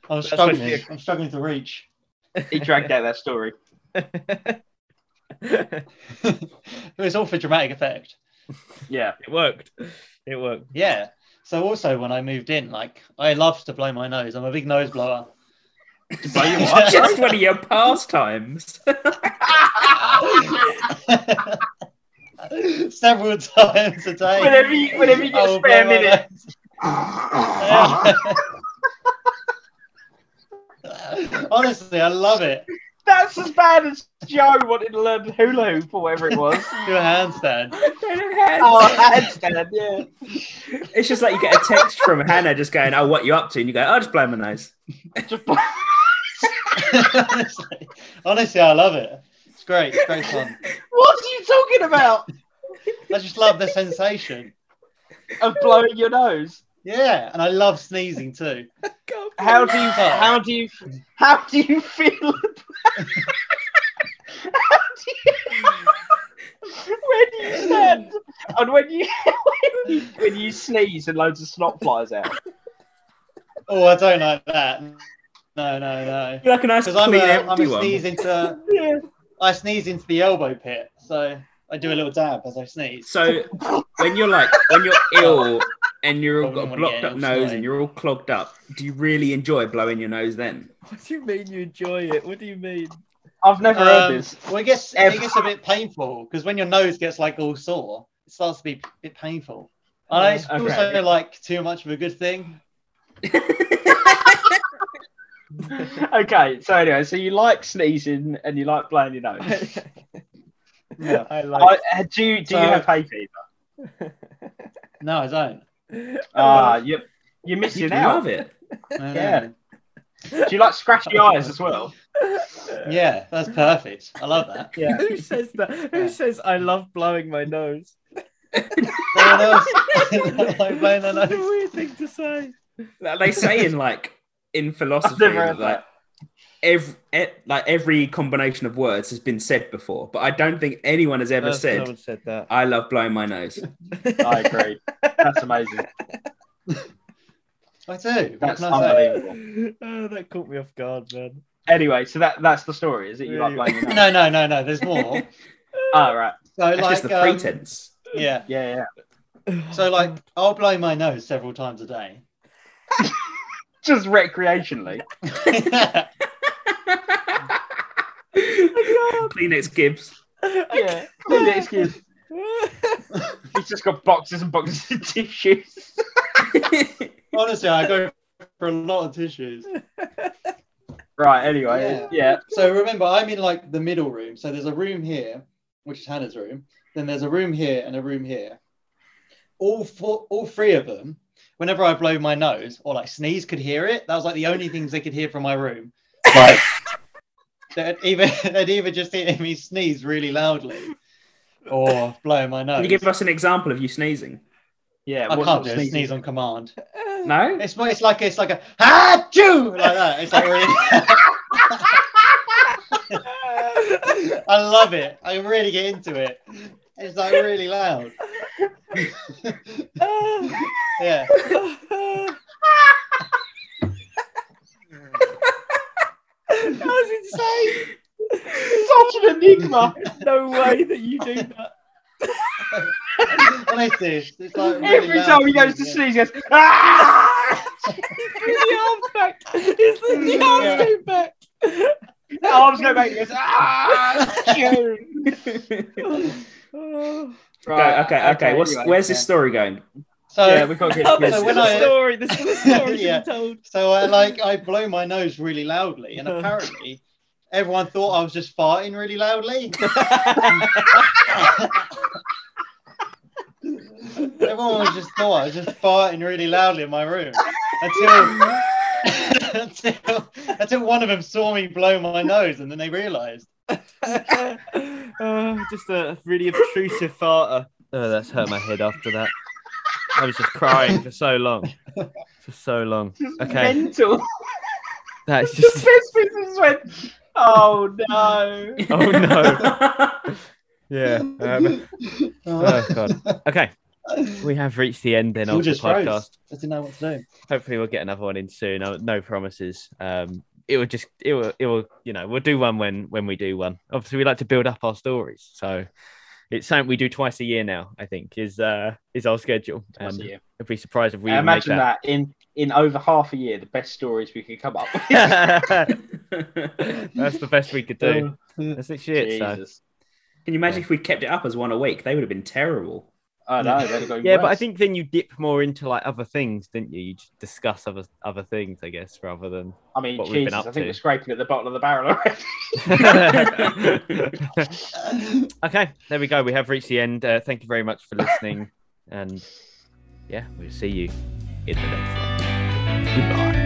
Speaker 1: what
Speaker 7: struggling.
Speaker 1: you-
Speaker 7: I'm struggling to reach.
Speaker 5: He dragged out that story.
Speaker 1: it
Speaker 7: it's all for dramatic effect.
Speaker 5: Yeah.
Speaker 1: worked. It worked.
Speaker 7: Yeah. So also when I moved in, like I love to blow my nose. I'm a big nose blower.
Speaker 6: Just one of your pastimes.
Speaker 7: Several times a day. Oh,
Speaker 5: Whenever you, whenever you
Speaker 7: I
Speaker 5: get a
Speaker 7: will
Speaker 5: spare
Speaker 7: blow my
Speaker 5: minute.
Speaker 7: nose. Honestly, I love it.
Speaker 5: That's as bad as Joe wanted to learn hula hoop or whatever it was.
Speaker 7: Do a handstand.
Speaker 5: oh, handstand, yeah.
Speaker 6: It's just like you get a text from Hannah just going, "Oh, what you up to?" And you go, "Oh, just blow my nose."
Speaker 5: Just-
Speaker 7: honestly, honestly, I love it. It's great. It's great fun.
Speaker 5: what are you talking about?
Speaker 7: I just love the sensation.
Speaker 5: Of blowing your nose.
Speaker 7: Yeah, and I love sneezing too.
Speaker 5: How do you how do you how do you feel? how do you, when you stand and when you when you, when you sneeze and loads of snot flies out?
Speaker 7: Oh, I don't like that. No, no, no.
Speaker 6: You're like a nice
Speaker 7: Because
Speaker 6: clean,
Speaker 7: I'm, a, I'm
Speaker 6: empty
Speaker 7: a
Speaker 6: one.
Speaker 7: sneeze into
Speaker 5: Yeah.
Speaker 7: I sneeze into the elbow pit, so I do a little dab as I sneeze.
Speaker 6: So when you're like when you're ill and you're all
Speaker 7: Probably
Speaker 6: got a
Speaker 7: wanna
Speaker 6: blocked
Speaker 7: get
Speaker 6: up
Speaker 7: ill
Speaker 6: nose
Speaker 7: today.
Speaker 6: and you're all clogged up, do you really enjoy blowing your nose then?
Speaker 1: What do you mean you enjoy it? What do you mean?
Speaker 5: I've never
Speaker 7: Um,
Speaker 5: heard this.
Speaker 7: well, it gets
Speaker 5: Ever.
Speaker 7: it gets a bit painful because when your nose gets like all sore, it starts to be a bit painful.
Speaker 6: Uh,
Speaker 7: And I- it's
Speaker 5: Okay.
Speaker 7: also like too much of a good thing.
Speaker 5: okay, so anyway, so you like sneezing and you like blowing your nose.
Speaker 7: Yeah.
Speaker 1: I like.
Speaker 5: I, uh, do you- do
Speaker 7: So-
Speaker 5: you have hay fever?
Speaker 7: No, I don't.
Speaker 5: Ah, you you're
Speaker 6: You
Speaker 5: missing out.
Speaker 6: love it.
Speaker 7: No, no.
Speaker 5: Yeah. Do you like scratchy eyes as well?
Speaker 7: Yeah, that's perfect. I love that.
Speaker 5: Yeah.
Speaker 1: Who says that? Who says I love blowing my nose?
Speaker 7: Someone else like blowing their
Speaker 1: That's a
Speaker 7: nose.
Speaker 1: weird thing to say.
Speaker 6: Like they say in like in philosophy
Speaker 5: I've never
Speaker 6: that
Speaker 5: heard
Speaker 6: like every e, like every combination of words has been said before, but I don't think anyone has ever
Speaker 1: No,
Speaker 6: said
Speaker 1: No one said that.
Speaker 6: I love blowing my nose.
Speaker 5: I agree. That's amazing.
Speaker 7: I do. What
Speaker 5: That's
Speaker 7: can I say?
Speaker 5: unbelievable.
Speaker 1: oh, that caught me off guard, man.
Speaker 5: Anyway, so that that's the story, is it? You like
Speaker 1: Really?
Speaker 5: blowing your nose?
Speaker 7: No, no, no, no. There's more.
Speaker 5: Ah, right.
Speaker 7: So
Speaker 6: That's
Speaker 7: like,
Speaker 6: just the
Speaker 7: um,
Speaker 6: pretense.
Speaker 7: yeah.
Speaker 5: Yeah, yeah.
Speaker 7: So like, I'll blow my nose several times a day.
Speaker 5: Just recreationally.
Speaker 6: Kleenex Gibbs.
Speaker 5: Yeah. Next kid, He's just got boxes and boxes of tissues.
Speaker 7: Honestly, I go for a lot of tissues.
Speaker 5: Right, anyway. Yeah.
Speaker 7: So remember, I'm in like the middle room. So there's a room here, which is Hannah's room. Then there's a room here and a room here. All four, all three of them. Whenever I blow my nose or like sneeze, could hear it. That was like the only things they could hear from my room.
Speaker 5: Right.
Speaker 7: They'd either they'd either just hear me sneeze really loudly, or blow my
Speaker 6: Can
Speaker 7: nose.
Speaker 6: you give us an example of you sneezing?
Speaker 5: Yeah.
Speaker 7: I
Speaker 5: what sort
Speaker 7: can't do
Speaker 5: of
Speaker 7: it,
Speaker 5: sneezing-
Speaker 7: sneeze on command.
Speaker 6: No?
Speaker 7: It's more, it's like it's like a ha choo like that. It's like really. I love it. I really get into it. It's like really loud. yeah.
Speaker 3: That was insane.
Speaker 5: Such an enigma.
Speaker 3: No way that you do that.
Speaker 7: Honestly, it's, it's like really
Speaker 5: Every
Speaker 7: loud.
Speaker 5: time he goes to
Speaker 7: Yeah.
Speaker 5: sneeze, he goes, ah!
Speaker 3: the arms back. It's
Speaker 1: Mm,
Speaker 3: the arms
Speaker 7: Yeah.
Speaker 3: go back.
Speaker 5: The arms go back. He goes, ah!
Speaker 3: Oh.
Speaker 6: Go- okay, okay. What's,
Speaker 5: anyway,
Speaker 6: where's this
Speaker 5: yeah.
Speaker 6: story going?
Speaker 7: So
Speaker 5: Yeah, we've got to
Speaker 3: Oh,
Speaker 5: get
Speaker 3: this
Speaker 7: So
Speaker 3: is
Speaker 7: when
Speaker 3: the
Speaker 7: I-
Speaker 3: story. This is the story to be
Speaker 7: Yeah.
Speaker 3: told.
Speaker 7: So I like I blow my nose really loudly, and apparently everyone thought I was just farting really loudly. everyone was just thought I was just farting really loudly in my room until until, until one of them saw me blow my nose, and then they realised.
Speaker 1: Uh, just a really obtrusive farter. Oh, that's hurt my head after that. I was just crying for so long. For so long. Okay.
Speaker 5: Mental.
Speaker 1: That's
Speaker 5: The
Speaker 1: just.
Speaker 5: best bit is just went, oh no.
Speaker 1: Oh, no. Yeah. um, oh, God. Okay. We have reached the end then
Speaker 7: All
Speaker 1: of the
Speaker 7: just froze.
Speaker 1: podcast.
Speaker 7: I didn't know what to do.
Speaker 1: Hopefully, we'll get another one in soon. No, no promises. Um, it will just, it will, it will, you know, we'll do one when when we do one. Obviously, we like to build up our stories, so it's something we do twice a year now. I think is uh is our schedule.
Speaker 5: Twice a
Speaker 1: And
Speaker 5: year.
Speaker 1: I'd be surprised if we
Speaker 5: I
Speaker 1: even make
Speaker 5: imagine that. in in over half a year, the best stories we could come up with.
Speaker 1: that. That's the best we could do. That's literally it. So.
Speaker 5: Jesus.
Speaker 6: Can you imagine if we kept it up as one a week? They would have been terrible.
Speaker 5: I know. that'd have gone
Speaker 1: Yeah, but I
Speaker 5: worse.
Speaker 1: think then you dip more into like other things, didn't you? You just discuss other other things, I guess, rather than.
Speaker 5: I mean,
Speaker 1: what we've been
Speaker 5: Jesus, I
Speaker 1: up
Speaker 5: think
Speaker 1: to.
Speaker 5: we're scraping at the bottom of the barrel already.
Speaker 1: okay, there we go. We have reached the end. Uh, thank you very much for listening, and yeah, we'll see you in the next one. Goodbye.